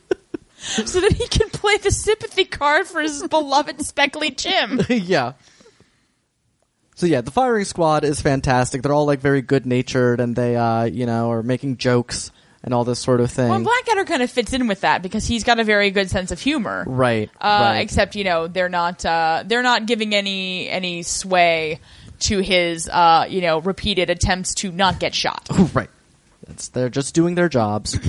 [SPEAKER 2] So that he can play the sympathy card for his beloved Speckly Jim.
[SPEAKER 3] yeah. So yeah, the firing squad is fantastic. They're all like very good natured, and they uh, you know are making jokes and all this sort of thing.
[SPEAKER 2] Well, Blackadder kind of fits in with that because he's got a very good sense of humor.
[SPEAKER 3] right.
[SPEAKER 2] Uh,
[SPEAKER 3] right.
[SPEAKER 2] Except you know they're not uh, they're not giving any any sway to his uh, you know repeated attempts to not get shot.
[SPEAKER 3] Right. It's, they're just doing their jobs.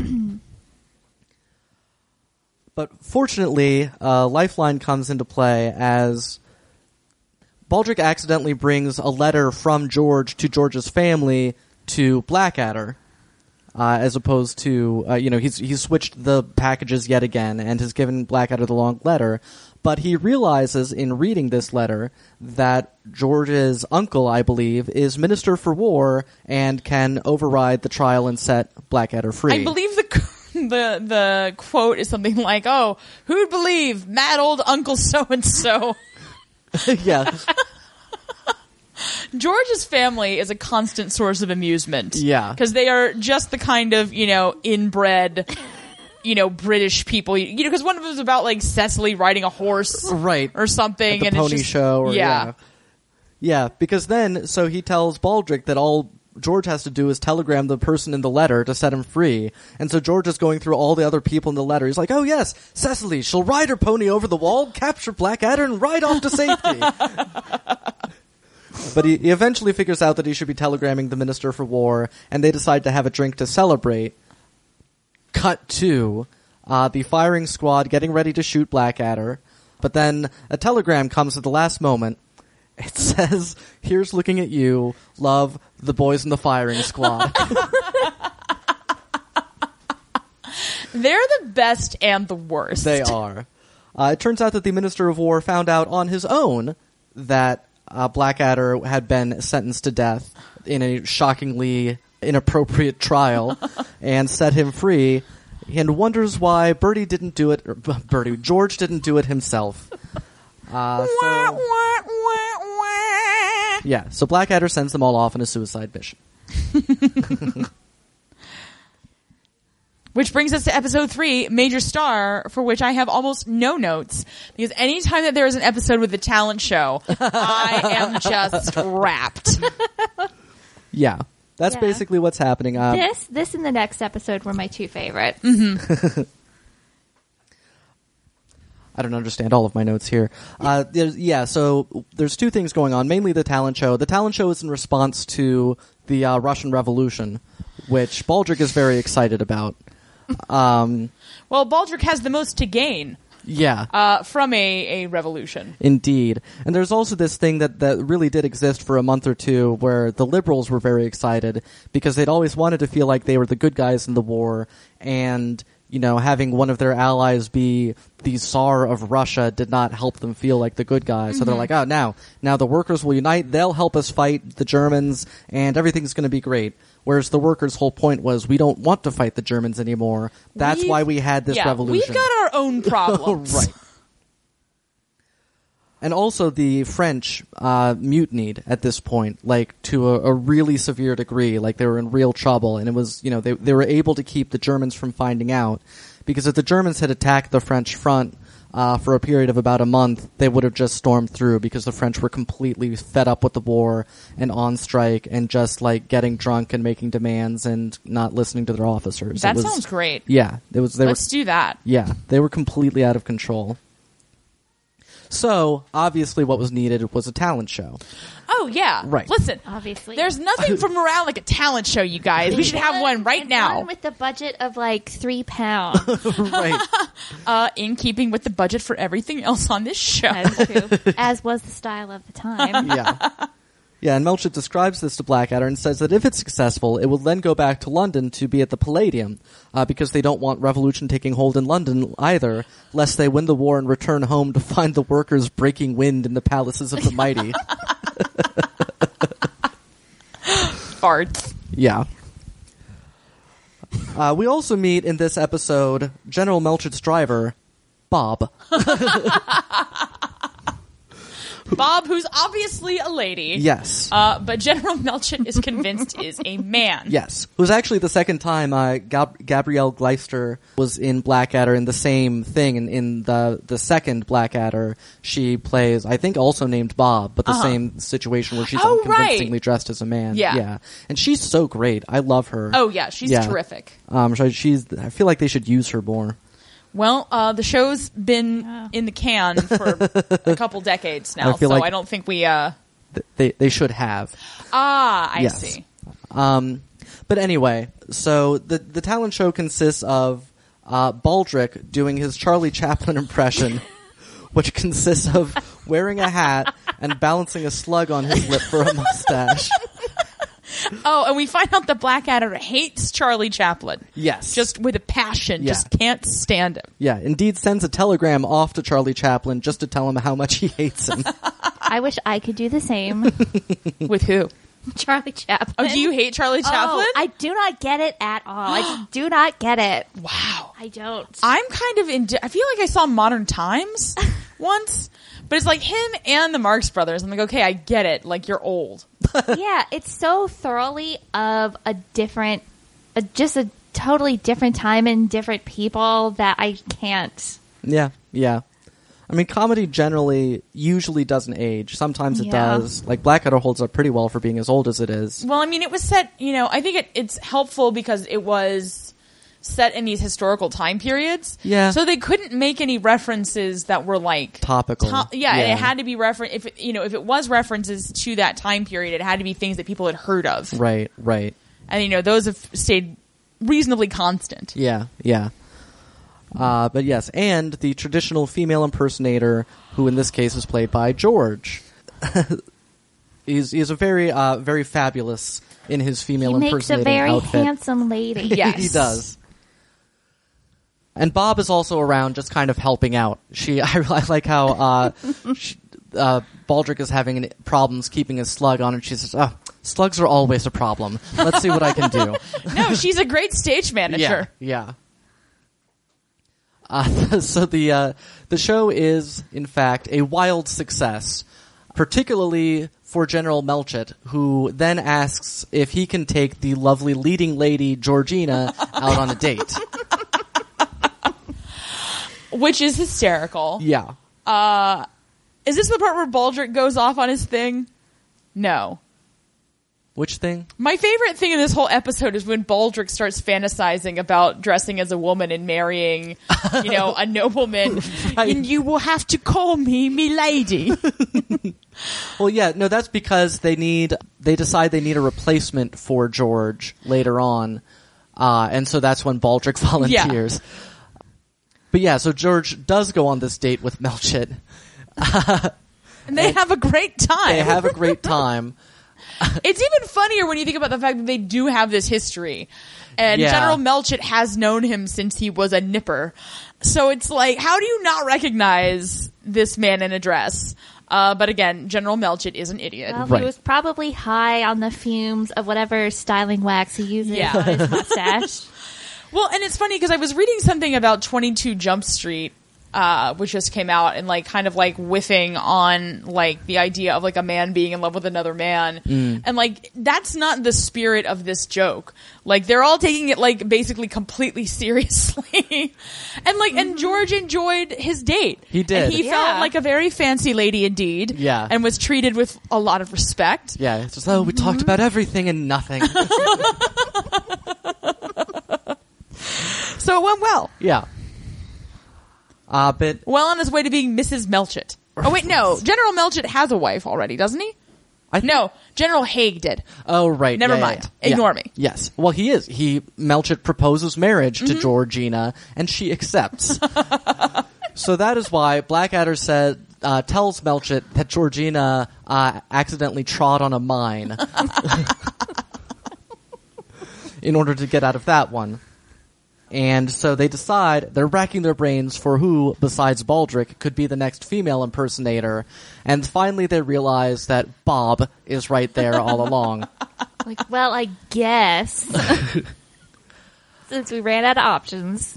[SPEAKER 3] but fortunately, uh, Lifeline comes into play as Baldric accidentally brings a letter from George to George's family to Blackadder. Uh, as opposed to, uh, you know, he's he's switched the packages yet again and has given Blackadder the long letter, but he realizes in reading this letter that George's uncle, I believe, is Minister for War and can override the trial and set Blackadder free.
[SPEAKER 2] I believe the the the quote is something like, "Oh, who'd believe mad old Uncle so and so."
[SPEAKER 3] yeah,
[SPEAKER 2] George's family is a constant source of amusement.
[SPEAKER 3] Yeah.
[SPEAKER 2] Because they are just the kind of, you know, inbred, you know, British people. You know, because one of them is about, like, Cecily riding a horse.
[SPEAKER 3] Right.
[SPEAKER 2] Or something.
[SPEAKER 3] at the
[SPEAKER 2] and it's
[SPEAKER 3] pony
[SPEAKER 2] just-
[SPEAKER 3] show. Or, yeah. yeah, because then so he tells Baldric that all George has to do is telegram the person in the letter to set him free, and so George is going through all the other people in the letter. He's like, "Oh yes, Cecily, she'll ride her pony over the wall, capture Blackadder, and ride off to safety." But he, he eventually figures out that he should be telegramming the Minister for War, and they decide to have a drink to celebrate. Cut to uh, the firing squad getting ready to shoot Blackadder, but then a telegram comes at the last moment. It says, "Here's looking at you, love the boys in the firing squad."
[SPEAKER 2] They're the best and the worst.
[SPEAKER 3] They are. Uh, it turns out that the Minister of War found out on his own that uh, Blackadder had been sentenced to death in a shockingly inappropriate trial and set him free and wonders why Bertie didn't do it, or B- Bertie, George didn't do it himself. Uh,
[SPEAKER 2] Wah,
[SPEAKER 3] so,
[SPEAKER 2] wah, wah, wah.
[SPEAKER 3] yeah, so Blackadder sends them all off on a suicide mission.
[SPEAKER 2] Which brings us to episode three, Major Star, for which I have almost no notes because anytime that there is an episode with a talent show, I am just wrapped.
[SPEAKER 3] Yeah. That's
[SPEAKER 1] Yeah.
[SPEAKER 3] basically what's happening. Uh,
[SPEAKER 2] Um,
[SPEAKER 1] this, this, and the next episode were my two favorites.
[SPEAKER 2] Mm-hmm.
[SPEAKER 3] I don't understand all of my notes here. Uh, there's, yeah, so there's two things going on. Mainly the talent show. The talent show is in response to the uh, Russian Revolution, which Baldric is very excited about. Um,
[SPEAKER 2] Well, Baldric has the most to gain
[SPEAKER 3] yeah,
[SPEAKER 2] uh, from a, a revolution.
[SPEAKER 3] indeed. And there's also this thing that, that really did exist for a month or two where the liberals were very excited because they'd always wanted to feel like they were the good guys in the war and. You know, having one of their allies be the Tsar of Russia did not help them feel like the good guys. So they're like, oh, now, now the workers will unite. They'll help us fight the Germans and everything's going to be great. Whereas the workers' whole point was, we don't want to fight the Germans anymore. That's
[SPEAKER 2] We've-
[SPEAKER 3] why we had this
[SPEAKER 2] yeah,
[SPEAKER 3] revolution.
[SPEAKER 2] We've got our own problems.
[SPEAKER 3] Right. And also, the French uh, mutinied at this point, like to a, a really severe degree. Like they were in real trouble, and it was, you know, they they were able to keep the Germans from finding out, because if the Germans had attacked the French front uh, for a period of about a month, they would have just stormed through because the French were completely fed up with the war and on strike and just like getting drunk and making demands and not listening to their officers.
[SPEAKER 2] That
[SPEAKER 3] It was-
[SPEAKER 2] sounds great.
[SPEAKER 3] Yeah, it was. They were
[SPEAKER 2] Let's do that.
[SPEAKER 3] yeah, they were completely out of control. So, obviously, what was needed was a talent show.
[SPEAKER 2] Oh yeah.
[SPEAKER 3] Right.
[SPEAKER 2] Listen,
[SPEAKER 1] Obviously.
[SPEAKER 2] there's nothing for morale like a talent show. You guys, we should have one right
[SPEAKER 1] And
[SPEAKER 2] now.
[SPEAKER 1] one with the budget of like three pounds.
[SPEAKER 3] right.
[SPEAKER 2] uh, in keeping with the budget for everything else on this show.
[SPEAKER 1] That is true. As was the style of the time.
[SPEAKER 3] Yeah. Yeah, and Melchett describes this to Blackadder and says that if it's successful, it will then go back to London to be at the Palladium, uh, because they don't want revolution taking hold in London either, lest they win the war and return home to find the workers breaking wind in the palaces of the mighty.
[SPEAKER 2] Farts.
[SPEAKER 3] Yeah. Uh, we also meet in this episode General Melchett's driver, Bob.
[SPEAKER 2] Bob, who's obviously a lady.
[SPEAKER 3] Yes.
[SPEAKER 2] Uh, but General Melchin is convinced is a man.
[SPEAKER 3] Yes, it was actually the second time uh, Gab- Gabrielle Gleister was in Blackadder in the same thing. In, in the the second Blackadder, she plays, I think, also named Bob, but the same situation where she's
[SPEAKER 2] Uh-huh. Oh, right.
[SPEAKER 3] unconvincingly dressed as a man.
[SPEAKER 2] Yeah.
[SPEAKER 3] and she's so great. I love her.
[SPEAKER 2] Oh yeah, she's
[SPEAKER 3] Yeah.
[SPEAKER 2] terrific.
[SPEAKER 3] Um, so she's. I feel like they should use her more.
[SPEAKER 2] Well, uh, the show's been
[SPEAKER 1] Yeah.
[SPEAKER 2] in the can for a couple decades now,
[SPEAKER 3] I feel
[SPEAKER 2] so
[SPEAKER 3] like-
[SPEAKER 2] I don't think we. Uh,
[SPEAKER 3] Th- They they should have.
[SPEAKER 2] ah, I
[SPEAKER 3] Yes.
[SPEAKER 2] see.
[SPEAKER 3] Um, but anyway, so the the talent show consists of uh, Baldric doing his Charlie Chaplin impression, which consists of wearing a hat and balancing a slug on his lip for a mustache.
[SPEAKER 2] Oh, and we find out that Blackadder hates Charlie Chaplin.
[SPEAKER 3] Yes.
[SPEAKER 2] Just with a passion,
[SPEAKER 3] Yeah.
[SPEAKER 2] just can't stand him.
[SPEAKER 3] Yeah, indeed sends a telegram off to Charlie Chaplin just to tell him how much he hates him.
[SPEAKER 1] I wish I could do the same.
[SPEAKER 2] With who?
[SPEAKER 1] Charlie Chaplin.
[SPEAKER 2] Oh, do you hate Charlie Chaplin?
[SPEAKER 1] Oh, I do not get it at all. I just do not get it.
[SPEAKER 2] wow.
[SPEAKER 1] I don't.
[SPEAKER 2] I'm kind of in. I feel like I saw Modern Times once, but it's like him and the Marx Brothers. I'm like, okay, I get it. Like you're old.
[SPEAKER 1] yeah, it's so thoroughly of a different, a, just a totally different time and different people that I can't.
[SPEAKER 3] Yeah, yeah. I mean, comedy generally usually doesn't age. Sometimes it
[SPEAKER 1] Yeah.
[SPEAKER 3] does. Like Blackadder holds up pretty well for being as old as it is.
[SPEAKER 2] Well, I mean, it was set. You know, I think it, it's helpful because it was set in these historical time periods.
[SPEAKER 3] Yeah.
[SPEAKER 2] So they couldn't make any references that were like
[SPEAKER 3] Topical.
[SPEAKER 2] to- yeah, and it had to be reference. If it- you know, if it was references to that time period, it had to be things that people had heard of.
[SPEAKER 3] Right, right.
[SPEAKER 2] And you know, those have stayed reasonably constant.
[SPEAKER 3] Yeah, yeah. Uh, but yes, and the traditional female impersonator, who in this case is played by George, is is a very uh, very fabulous in his female
[SPEAKER 1] He makes a
[SPEAKER 3] impersonating
[SPEAKER 1] very
[SPEAKER 3] outfit.
[SPEAKER 1] handsome lady.
[SPEAKER 2] Yeah.
[SPEAKER 3] he
[SPEAKER 2] Yes.
[SPEAKER 3] does. And Bob is also around, just kind of helping out. She, I, I like how uh, she, uh, Baldric is having an, problems keeping his slug on, and she says, "Oh, slugs are always a problem. Let's see what I can do."
[SPEAKER 2] No, she's a great stage manager.
[SPEAKER 3] Yeah. yeah. Uh, so the uh, the show is in fact a wild success, particularly for General Melchett, who then asks if he can take the lovely leading lady Georgina out on a date.
[SPEAKER 2] which is hysterical.
[SPEAKER 3] Yeah.
[SPEAKER 2] Is this the part where Baldric goes off on his thing? No.
[SPEAKER 3] Which thing?
[SPEAKER 2] My favorite thing in this whole episode is when Baldric starts fantasizing about dressing as a woman and marrying, you know, a nobleman.
[SPEAKER 3] Right.
[SPEAKER 2] And you will have to call me me lady.
[SPEAKER 3] Well, yeah, no, that's because they need they decide they need a replacement for George later on, uh, and so that's when Baldric volunteers. But yeah, so George does go on this date with Melchett.
[SPEAKER 2] And they have a great time.
[SPEAKER 3] They have a great time.
[SPEAKER 2] it's even funnier when you think about the fact that they do have this history. And
[SPEAKER 3] Yeah.
[SPEAKER 2] General Melchett has known him since he was a nipper. So it's like, how do you not recognize this man in a dress? Uh, but again, General Melchett is an idiot.
[SPEAKER 1] Well,
[SPEAKER 3] Right.
[SPEAKER 1] he was probably high on the fumes of whatever styling wax he uses
[SPEAKER 2] Yeah.
[SPEAKER 1] on his mustache.
[SPEAKER 2] Well, and it's funny because I was reading something about 22 Jump Street, uh, which just came out and like kind of like whiffing on like the idea of like a man being in love with another man.
[SPEAKER 3] Mm.
[SPEAKER 2] And like that's not the spirit of this joke. Like they're all taking it like basically completely seriously. and like, and George enjoyed his date.
[SPEAKER 3] He did.
[SPEAKER 2] And he
[SPEAKER 1] Yeah.
[SPEAKER 2] felt like a very fancy lady indeed.
[SPEAKER 3] Yeah.
[SPEAKER 2] And was treated with a lot of respect.
[SPEAKER 3] Yeah, it's just oh, we talked about everything and nothing.
[SPEAKER 2] So it went well.
[SPEAKER 3] yeah. Uh, but
[SPEAKER 2] Well on his way to being Mrs. Melchett. Oh wait, no. General Melchett has a wife already, doesn't he?
[SPEAKER 3] I th-
[SPEAKER 2] No, General Haig did.
[SPEAKER 3] Oh right,
[SPEAKER 2] Never
[SPEAKER 3] yeah, yeah,
[SPEAKER 2] mind.
[SPEAKER 3] yeah.
[SPEAKER 2] Ignore
[SPEAKER 3] Yeah.
[SPEAKER 2] me.
[SPEAKER 3] Yes. Well, he is. He Melchett proposes marriage
[SPEAKER 2] Mm-hmm.
[SPEAKER 3] to Georgina, and she accepts. so that is why Blackadder said uh, tells Melchett that Georgina uh, accidentally trod on a mine in order to get out of that one. And so they decide they're racking their brains for who, besides Baldric, could be the next female impersonator. And finally, they realize that Bob is right there all along.
[SPEAKER 1] Like, well, I guess. Since we ran out of options.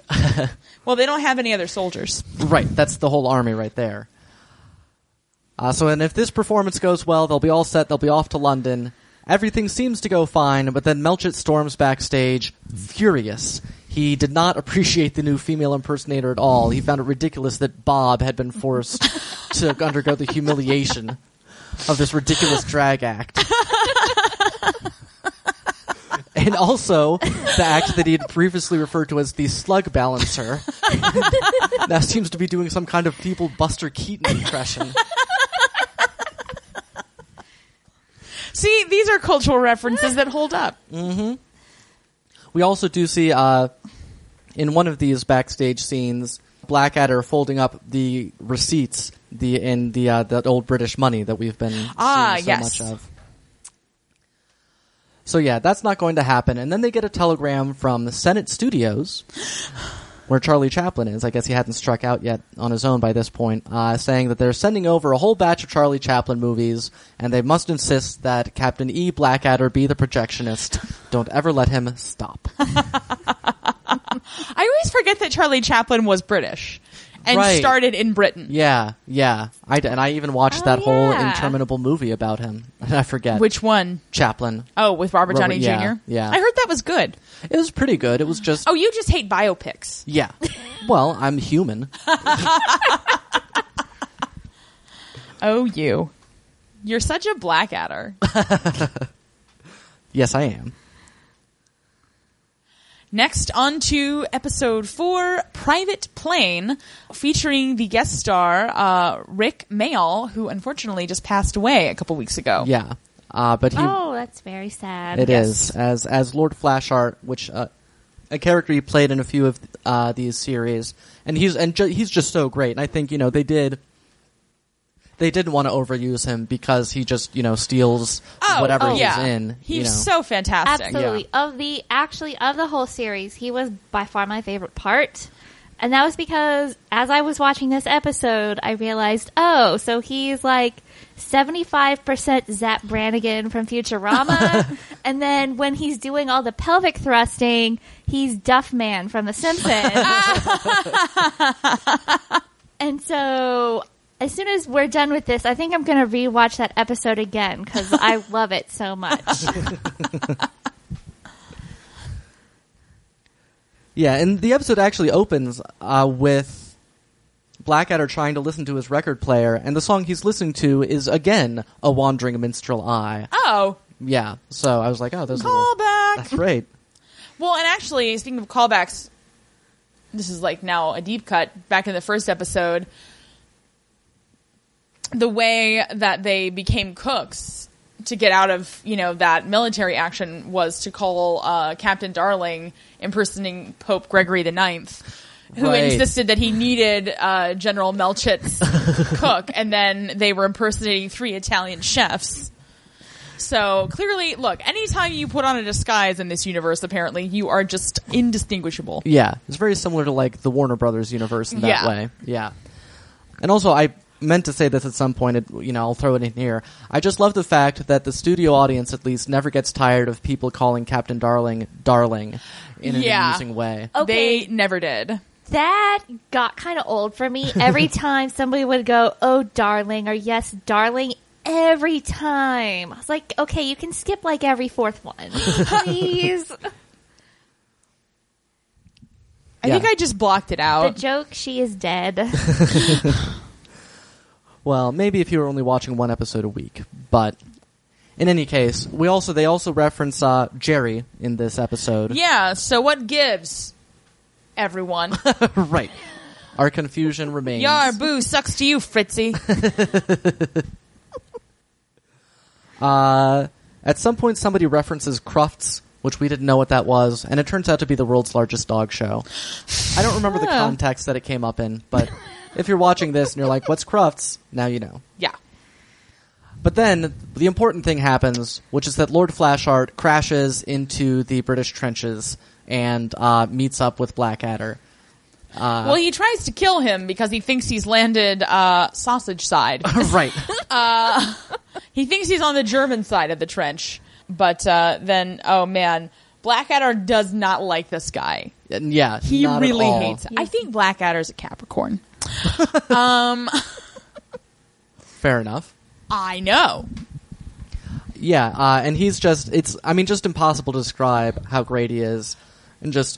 [SPEAKER 2] Well, they don't have any other soldiers.
[SPEAKER 3] Right, that's the whole army right there. Uh, so, and if this performance goes well, they'll be all set. They'll be off to London. Everything seems to go fine, but then Melchett storms backstage, furious. He did not appreciate the new female impersonator at all. He found it ridiculous that Bob had been forced to undergo the humiliation of this ridiculous drag act. and also the act that he had previously referred to as the slug balancer now seems to be doing some kind of feeble Buster Keaton impression.
[SPEAKER 2] See, these are cultural references that hold up.
[SPEAKER 3] We also do see uh, in one of these backstage scenes Blackadder folding up the receipts, the in the uh, that old British money that we've been
[SPEAKER 2] Ah,
[SPEAKER 3] seeing so
[SPEAKER 2] yes.
[SPEAKER 3] much of. So yeah, that's not going to happen. And then they get a telegram from Senate Studios where Charlie Chaplin is. I guess he hadn't struck out yet on his own by this point, uh, saying that they're sending over a whole batch of Charlie Chaplin movies, and they must insist that Captain E. Blackadder be the projectionist. Don't ever let him stop.
[SPEAKER 2] I always forget that Charlie Chaplin was British and
[SPEAKER 3] Right.
[SPEAKER 2] started in Britain,
[SPEAKER 3] yeah, yeah. I d- and I even
[SPEAKER 1] Oh,
[SPEAKER 3] watched that whole
[SPEAKER 1] yeah.
[SPEAKER 3] interminable movie about him. I forget
[SPEAKER 2] which one?
[SPEAKER 3] Chaplin.
[SPEAKER 2] Oh, with Robert
[SPEAKER 3] Robert-
[SPEAKER 2] Downey
[SPEAKER 3] yeah,
[SPEAKER 2] Jr.
[SPEAKER 3] yeah.
[SPEAKER 2] I heard that was good.
[SPEAKER 3] It was pretty good. It was just
[SPEAKER 2] Oh, you just hate biopics.
[SPEAKER 3] yeah. Well, I'm human.
[SPEAKER 2] Oh, you. You're such a blackadder.
[SPEAKER 3] Yes, I am.
[SPEAKER 2] Next, on to episode four, Private Plane, featuring the guest star, uh, Rick Mayall, who unfortunately just passed away a couple weeks ago.
[SPEAKER 3] Yeah. Uh, but he
[SPEAKER 1] Oh, that's very sad.
[SPEAKER 3] It is
[SPEAKER 2] Yes.
[SPEAKER 3] as as Lord Flashart, which uh, a character he played in a few of uh, these series, and he's and ju- he's just so great. And I think you know they did. They didn't want to overuse him because he just you know steals
[SPEAKER 2] Oh,
[SPEAKER 3] whatever
[SPEAKER 2] oh,
[SPEAKER 3] he's
[SPEAKER 2] yeah.
[SPEAKER 3] in.
[SPEAKER 2] He's
[SPEAKER 3] you know.
[SPEAKER 2] so fantastic.
[SPEAKER 1] Absolutely. Of the actually of the whole series, he was by far my favorite part. And that was because as I was watching this episode, I realized, oh, so he's like 75% Zap Brannigan from Futurama. and then when he's doing all the pelvic thrusting, he's Duff Man from The Simpsons. And so, as soon as we're done with this, I think I'm going to rewatch that episode again because I love it so much.
[SPEAKER 3] Yeah, and the episode actually opens uh, with Blackadder trying to listen to his record player, and the song he's listening to is again "A Wandering Minstrel Eye."
[SPEAKER 2] Oh,
[SPEAKER 3] Yeah, so I was like, "Oh, those are little-
[SPEAKER 2] callback.
[SPEAKER 3] that's great."
[SPEAKER 2] Well, and actually, speaking of callbacks, this is like now a deep cut back in the first episode. The way that they became cooks to get out of you know that military action was to call uh, Captain Darling impersonating Pope Gregory the Ninth, who
[SPEAKER 3] Right.
[SPEAKER 2] insisted that he needed uh, General Melchit's cook, and then they were impersonating three Italian chefs. So clearly, look, anytime you put on a disguise in this universe, apparently you are just indistinguishable.
[SPEAKER 3] Yeah, it's very similar to like the Warner Brothers universe in that
[SPEAKER 2] Yeah.
[SPEAKER 3] way. Yeah, and also I meant to say this at some point. It, you know, I'll throw it in here. I just love the fact that the studio audience, at least, never gets tired of people calling Captain Darling "Darling" in an
[SPEAKER 2] Yeah.
[SPEAKER 3] amusing way.
[SPEAKER 1] Okay.
[SPEAKER 2] They never did.
[SPEAKER 1] that got kind of old for me. Every time somebody would go, "Oh, darling," or "Yes, darling," every time I was like, "Okay, you can skip like every fourth one, please."
[SPEAKER 2] I
[SPEAKER 3] Yeah.
[SPEAKER 2] think I just blocked it
[SPEAKER 1] the
[SPEAKER 2] out.
[SPEAKER 1] joke, she is dead.
[SPEAKER 3] Well, maybe if you were only watching one episode a week, but in any case, we also they also reference uh, Jerry in this episode.
[SPEAKER 2] yeah, so what gives? Everyone.
[SPEAKER 3] right. Our confusion remains.
[SPEAKER 2] Yar boo sucks to you, Fritzy.
[SPEAKER 3] Uh, at some point, somebody references Crufts, which we didn't know what that was, and it turns out to be the world's largest dog show. I don't remember the
[SPEAKER 2] Huh.
[SPEAKER 3] context that it came up in, but if you're watching this and you're like, "What's Crufts?" Now you know.
[SPEAKER 2] Yeah.
[SPEAKER 3] But then the important thing happens, which is that Lord Flashheart crashes into the British trenches and uh, meets up with Blackadder. Uh-huh.
[SPEAKER 2] well, he tries to kill him because he thinks he's landed uh, sausage side.
[SPEAKER 3] right.
[SPEAKER 2] he thinks he's on the German side of the trench, but uh, then, oh man, Blackadder does not like this guy.
[SPEAKER 3] And yeah.
[SPEAKER 2] He
[SPEAKER 3] not at
[SPEAKER 2] really
[SPEAKER 3] all.
[SPEAKER 2] hates. I think Blackadder's a Capricorn.
[SPEAKER 3] Fair enough.
[SPEAKER 2] I know.
[SPEAKER 3] Yeah, uh, and he's just it's I mean just impossible to describe how great he is and just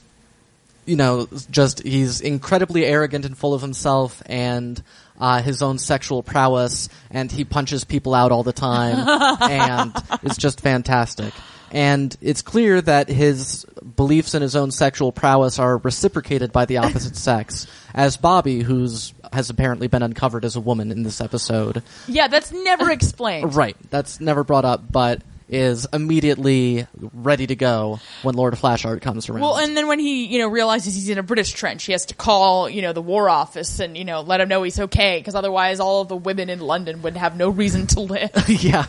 [SPEAKER 3] you know just he's incredibly arrogant and full of himself and uh, his own sexual prowess and he punches people out all the time and it's just fantastic. And it's clear that his beliefs in his own sexual prowess are reciprocated by the opposite sex, as Bobby, who's has apparently been uncovered as a woman in this episode,
[SPEAKER 2] Yeah, that's never explained.
[SPEAKER 3] Right. That's never brought up, but is immediately ready to go when Lord Flashart comes around.
[SPEAKER 2] Well, and then when he, you know, realizes he's in a British trench, he has to call, you know, the War Office and, you know, let him know he's okay, because otherwise all of the women in London would have no reason to live.
[SPEAKER 3] yeah.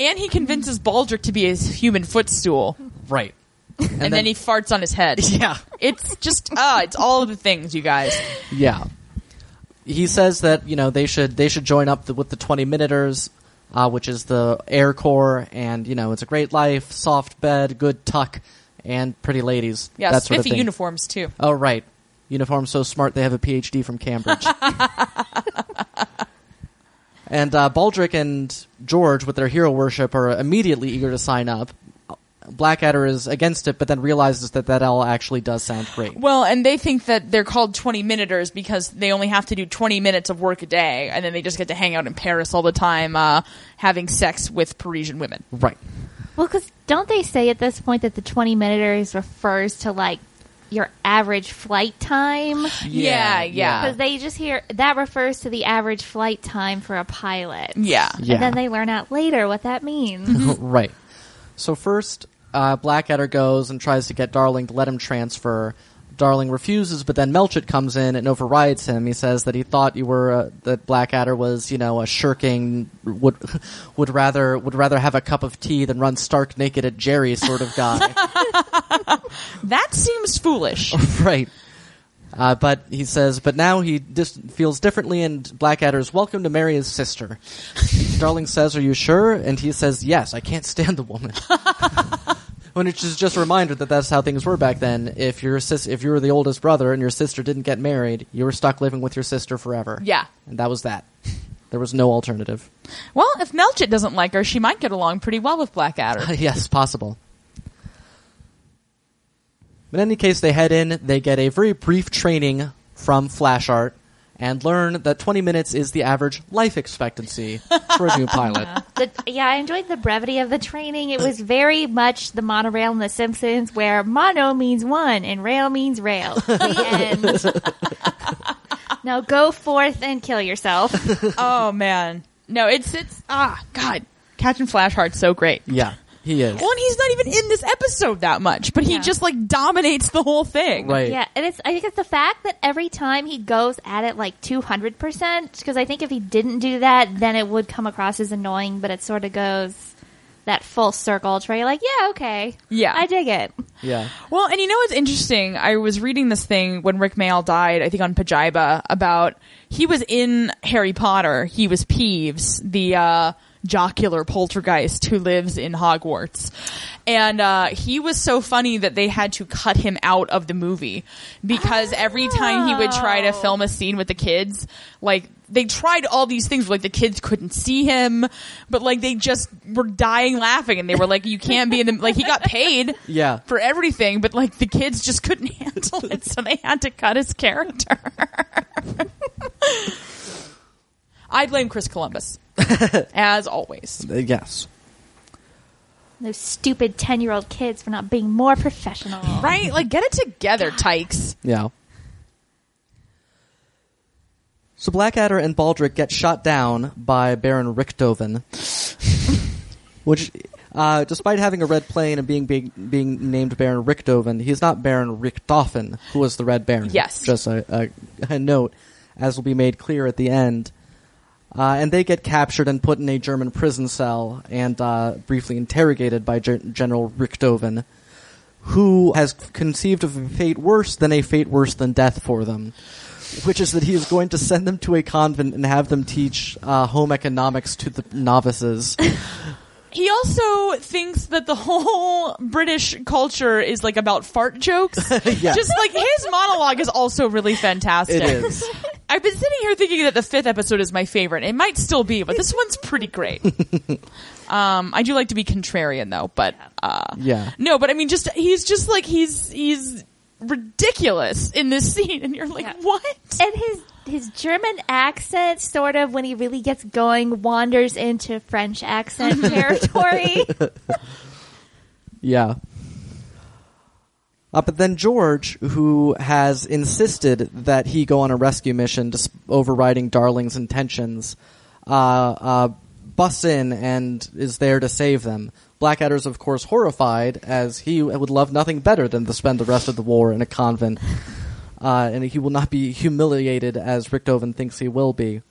[SPEAKER 2] and he convinces Baldric to be his human footstool.
[SPEAKER 3] Right.
[SPEAKER 2] and, then, he farts on his head.
[SPEAKER 3] Yeah.
[SPEAKER 2] It's just uh it's all of the things, you guys.
[SPEAKER 3] Yeah. He says that you know they should they should join up the, with the twenty minuters, uh, which is the Air Corps, and you know it's a great life, soft bed, good tuck, and pretty ladies.
[SPEAKER 2] Yeah,
[SPEAKER 3] that sort of
[SPEAKER 2] spiffy
[SPEAKER 3] thing.
[SPEAKER 2] uniforms too.
[SPEAKER 3] Oh right, uniform so smart they have a PhD from Cambridge. and uh, Baldric and George, with their hero worship, are immediately eager to sign up. Blackadder is against it, but then realizes that that all actually does sound great.
[SPEAKER 2] Well, and they think that they're called 20 minuters because they only have to do 20 minutes of work a day and then they just get to hang out in Paris all the time uh, having sex with Parisian women.
[SPEAKER 3] Right.
[SPEAKER 1] Well, because don't they say at this point that the 20 minuters refers to like your average flight time?
[SPEAKER 2] Yeah, yeah.
[SPEAKER 1] Because they just hear that refers to the average flight time for a pilot.
[SPEAKER 2] Yeah.
[SPEAKER 3] Yeah.
[SPEAKER 1] And then they learn out later what that means.
[SPEAKER 3] right. So first, uh, Blackadder goes and tries to get Darling to let him transfer. Darling refuses, but then Melchett comes in and overrides him. He says that he thought you were uh, that Blackadder was, you know, a shirking would would rather would rather have a cup of tea than run stark naked at Jerry sort of guy.
[SPEAKER 2] That seems foolish.
[SPEAKER 3] right. Uh, but he says, but now he dis- feels differently, and Blackadder is welcome to marry his sister. Darling says, "Are you sure?" And he says, "Yes, I can't stand the woman." when it's just, just a reminder that that's how things were back then. If your sis- if you were the oldest brother and your sister didn't get married, you were stuck living with your sister forever.
[SPEAKER 2] Yeah.
[SPEAKER 3] and that was that. There was no alternative.
[SPEAKER 2] Well, if Melchett doesn't like her, she might get along pretty well with Blackadder.
[SPEAKER 3] yes, possible. In any case, they head in, they get a very brief training from Flash Art, and learn that 20 minutes is the average life expectancy for a new pilot.
[SPEAKER 1] The, yeah, I enjoyed the brevity of the training. It was very much the monorail in The Simpsons, where mono means one and rail means rail. The end. now go forth and kill yourself.
[SPEAKER 2] oh man, no, it's it's ah God, Captain Flashheart's so great.
[SPEAKER 3] Yeah, he is.
[SPEAKER 2] Well, and he's not even in this episode that much, but he
[SPEAKER 1] Yeah.
[SPEAKER 2] just like dominates the whole thing.
[SPEAKER 3] Right.
[SPEAKER 1] Yeah, and it's I think it's the fact that every time he goes at it like two hundred percent. Because I think if he didn't do that, then it would come across as annoying. But it sort of goes that full circle to where you're like, yeah, okay,
[SPEAKER 2] Yeah.
[SPEAKER 1] I dig it.
[SPEAKER 3] Yeah.
[SPEAKER 2] Well, and you know what's interesting? I was reading this thing when Rick Mayall died, I think on Pajiba, about he was in Harry Potter. He was Peeves, the uh, jocular poltergeist who lives in Hogwarts. And uh, he was so funny that they had to cut him out of the movie because every time he would try to film a scene with the kids, like they tried all these things like the kids couldn't see him but like they just were dying laughing and they were like you can't be in the like he got paid
[SPEAKER 3] Yeah.
[SPEAKER 2] for everything, but like the kids just couldn't handle it, so they had to cut his character. I blame Chris Columbus, as always.
[SPEAKER 3] Uh, Yes.
[SPEAKER 1] Those stupid ten year old kids for not being more professional.
[SPEAKER 2] Right? Like, get it together, Tykes.
[SPEAKER 3] Yeah. So Blackadder and Baldric get shot down by Baron Richtofen, which, uh, despite having a red plane and being being, being named Baron Richtofen, he is not Baron Richtofen, who was the Red Baron.
[SPEAKER 2] Yes.
[SPEAKER 3] Just a, a, a note, as will be made clear at the end. Uh, and they get captured and put in a German prison cell and uh, briefly interrogated by Gen- General Richtofen who has conceived of a fate worse than a fate worse than death for them, which is that he is going to send them to a convent and have them teach uh, home economics to the novices.
[SPEAKER 2] He also thinks that the whole British culture is like about fart jokes.
[SPEAKER 3] Yeah.
[SPEAKER 2] Just like his monologue is also really fantastic.
[SPEAKER 3] It is.
[SPEAKER 2] I've been sitting here thinking that the fifth episode is my favorite. It might still be, but this one's pretty great. um, I do like to be contrarian though, but uh,
[SPEAKER 3] Yeah.
[SPEAKER 2] no, but I mean, just he's just like he's he's ridiculous in this scene, and you're like,
[SPEAKER 1] Yeah.
[SPEAKER 2] what?
[SPEAKER 1] and his his German accent, sort of when he really gets going, wanders into French accent territory.
[SPEAKER 3] Yeah. Uh, but then George, who has insisted that he go on a rescue mission, just overriding Darling's intentions, uh, uh, busts in and is there to save them. Blackadder's, of course, horrified, as he would love nothing better than to spend the rest of the war in a convent. Uh, and he will not be humiliated as Richtofen thinks he will be.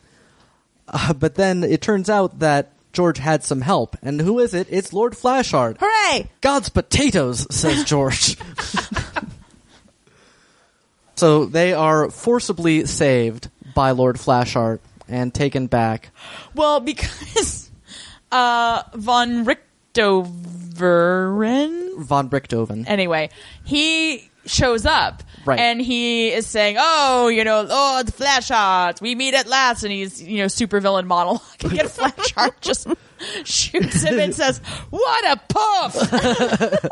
[SPEAKER 3] Uh, but then it turns out that George had some help. And who is it? It's Lord Flashard.
[SPEAKER 2] Hooray!
[SPEAKER 3] God's potatoes, says George. so they are forcibly saved by Lord Flashart and taken back.
[SPEAKER 2] Well, because uh, von Richtoveren.
[SPEAKER 3] Von Brichtoven.
[SPEAKER 2] Anyway, he shows up.
[SPEAKER 3] Right.
[SPEAKER 2] And he is saying, "Oh, you know, Lord Flashheart, we meet at last." And he's, you know, super villain monologue. And Flashheart just shoots him and says, "What a puff!"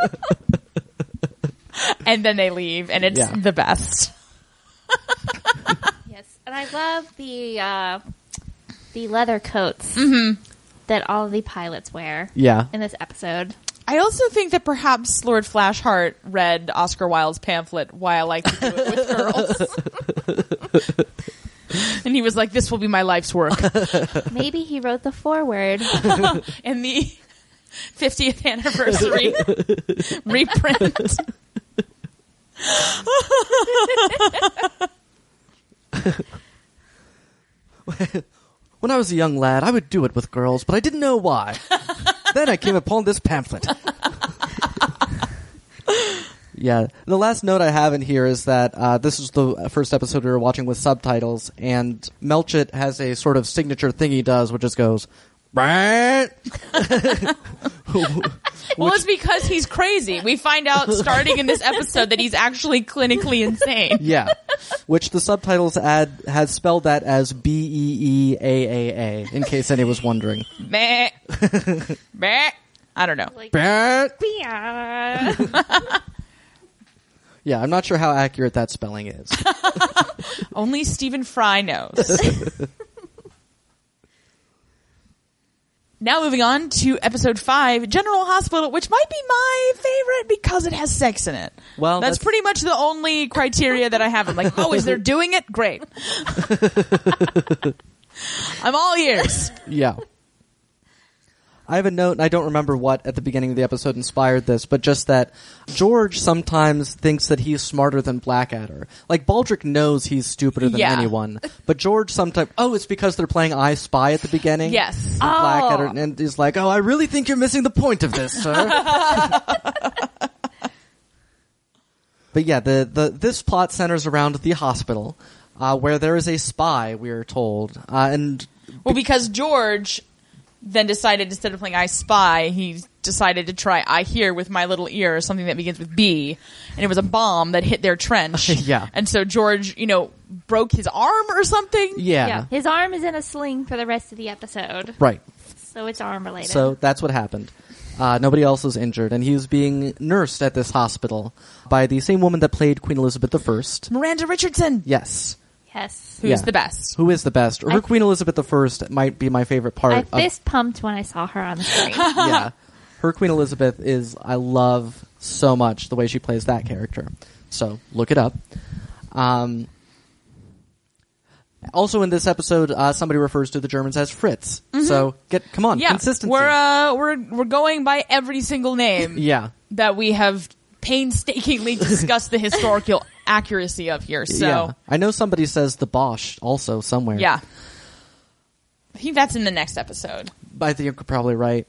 [SPEAKER 2] and then they leave, and it's
[SPEAKER 3] Yeah.
[SPEAKER 2] the best.
[SPEAKER 1] Yes, and I love the uh, the leather coats that all of the pilots wear.
[SPEAKER 3] Yeah.
[SPEAKER 1] in this episode.
[SPEAKER 2] I also think that perhaps Lord Flashheart read Oscar Wilde's pamphlet "Why I Like to Do It with Girls," and he was like, "This will be my life's work."
[SPEAKER 1] Maybe he wrote the foreword.
[SPEAKER 2] in the 50th anniversary reprint.
[SPEAKER 3] When I was a young lad, I would do it with girls, but I didn't know why. then I came upon this pamphlet. yeah. The last note I have in here is that uh, this is the first episode we were watching with subtitles, and Melchett has a sort of signature thing he does, which just goes. "Brrrt."
[SPEAKER 2] Well, it's because he's crazy. We find out starting in this episode that he's actually clinically insane.
[SPEAKER 3] Yeah, which the subtitles ad has spelled that as B E E A A A, in case anyone was wondering.
[SPEAKER 2] Meh. Meh. I don't know.
[SPEAKER 1] Like,
[SPEAKER 3] Brrrt.
[SPEAKER 1] yeah.
[SPEAKER 3] Yeah, I'm not sure how accurate that spelling is.
[SPEAKER 2] Only Stephen Fry knows. now moving on to episode five, General Hospital, which might be my favorite because it has sex in it.
[SPEAKER 3] Well,
[SPEAKER 2] that's,
[SPEAKER 3] that's-
[SPEAKER 2] pretty much the only criteria that I have. I'm like, oh, is they're doing it? Great. I'm all ears.
[SPEAKER 3] Yeah. I have a note, and I don't remember what at the beginning of the episode inspired this, but just that George sometimes thinks that he's smarter than Blackadder. Like, Baldric knows he's stupider than
[SPEAKER 2] Yeah.
[SPEAKER 3] anyone, but George sometimes, oh, it's because they're playing I Spy at the beginning?
[SPEAKER 2] Yes.
[SPEAKER 3] And Blackadder,
[SPEAKER 1] Oh.
[SPEAKER 3] and he's like, oh, I really think you're missing the point of this, sir. but yeah, the, the, this plot centers around the hospital, uh, where there is a spy, we are told, uh, and
[SPEAKER 2] Well, because George then decided instead of playing I Spy, he decided to try I Hear with My Little Ear, or something that begins with B, and it was a bomb that hit their trench.
[SPEAKER 3] Yeah.
[SPEAKER 2] and so George, you know, broke his arm or something.
[SPEAKER 1] yeah. His arm is in a sling for the rest of the episode,
[SPEAKER 3] Right.
[SPEAKER 1] so it's arm related.
[SPEAKER 3] So that's what happened. Uh, nobody else was injured, and he was being nursed at this hospital by the same woman that played Queen Elizabeth I.
[SPEAKER 2] Miranda Richardson,
[SPEAKER 3] Yes.
[SPEAKER 1] yes,
[SPEAKER 2] who's
[SPEAKER 3] Yeah.
[SPEAKER 2] the best.
[SPEAKER 3] Who is the best? Her
[SPEAKER 1] I-
[SPEAKER 3] Queen Elizabeth I might be my favorite part.
[SPEAKER 1] I
[SPEAKER 3] of-
[SPEAKER 1] fist pumped when I saw her on the screen.
[SPEAKER 3] yeah. Her Queen Elizabeth is, I love so much the way she plays that character. So look it up. Um, also in this episode, uh, somebody refers to the Germans as Fritz. So get, come on,
[SPEAKER 2] Yeah,
[SPEAKER 3] consistency.
[SPEAKER 2] we're uh, we're we're going by every single name
[SPEAKER 3] yeah.
[SPEAKER 2] that we have painstakingly discussed the historical accuracy of here. So.
[SPEAKER 3] yeah. I know somebody says the Bosch also somewhere.
[SPEAKER 2] Yeah. I think that's in the next episode.
[SPEAKER 3] I think you're probably right.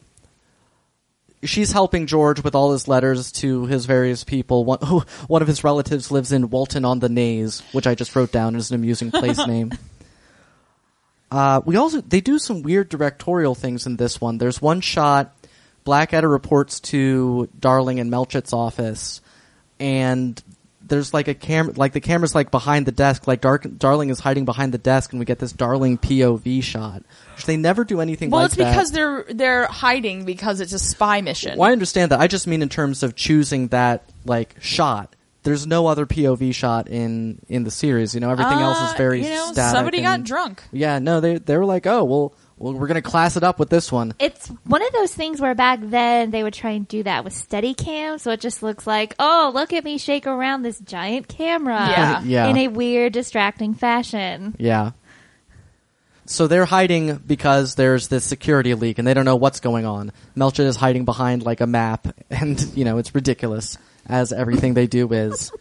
[SPEAKER 3] She's helping George with all his letters to his various people. One, oh, one of his relatives lives in Walton on the Naze, which I just wrote down as an amusing place name. Uh, we also they do some weird directorial things in this one. There's one shot Blackadder reports to Darling in Melchett's office, and there's like a camera, like the camera's like behind the desk, like Dark- Darling is hiding behind the desk, and we get this Darling POV shot, which they never do anything.
[SPEAKER 2] Well,
[SPEAKER 3] like
[SPEAKER 2] it's
[SPEAKER 3] that.
[SPEAKER 2] because they're they're hiding because it's a spy mission.
[SPEAKER 3] Well, I understand that. I just mean in terms of choosing that like shot. There's no other POV shot in in the series. You know, everything else
[SPEAKER 2] Uh,
[SPEAKER 3] is very
[SPEAKER 2] you know,
[SPEAKER 3] static.
[SPEAKER 2] somebody got
[SPEAKER 3] and-
[SPEAKER 2] drunk.
[SPEAKER 3] Yeah, no, they they were like, oh well, well we're gonna class it up with this one.
[SPEAKER 1] It's one of those things where back then they would try and do that with steady cam, so it just looks like, oh, look at me shake around this giant camera
[SPEAKER 2] Yeah.
[SPEAKER 3] Yeah.
[SPEAKER 1] in a weird, distracting fashion.
[SPEAKER 3] Yeah. So they're hiding because there's this security leak and they don't know what's going on. Melchett is hiding behind like a map and, you know, it's ridiculous as everything they do is.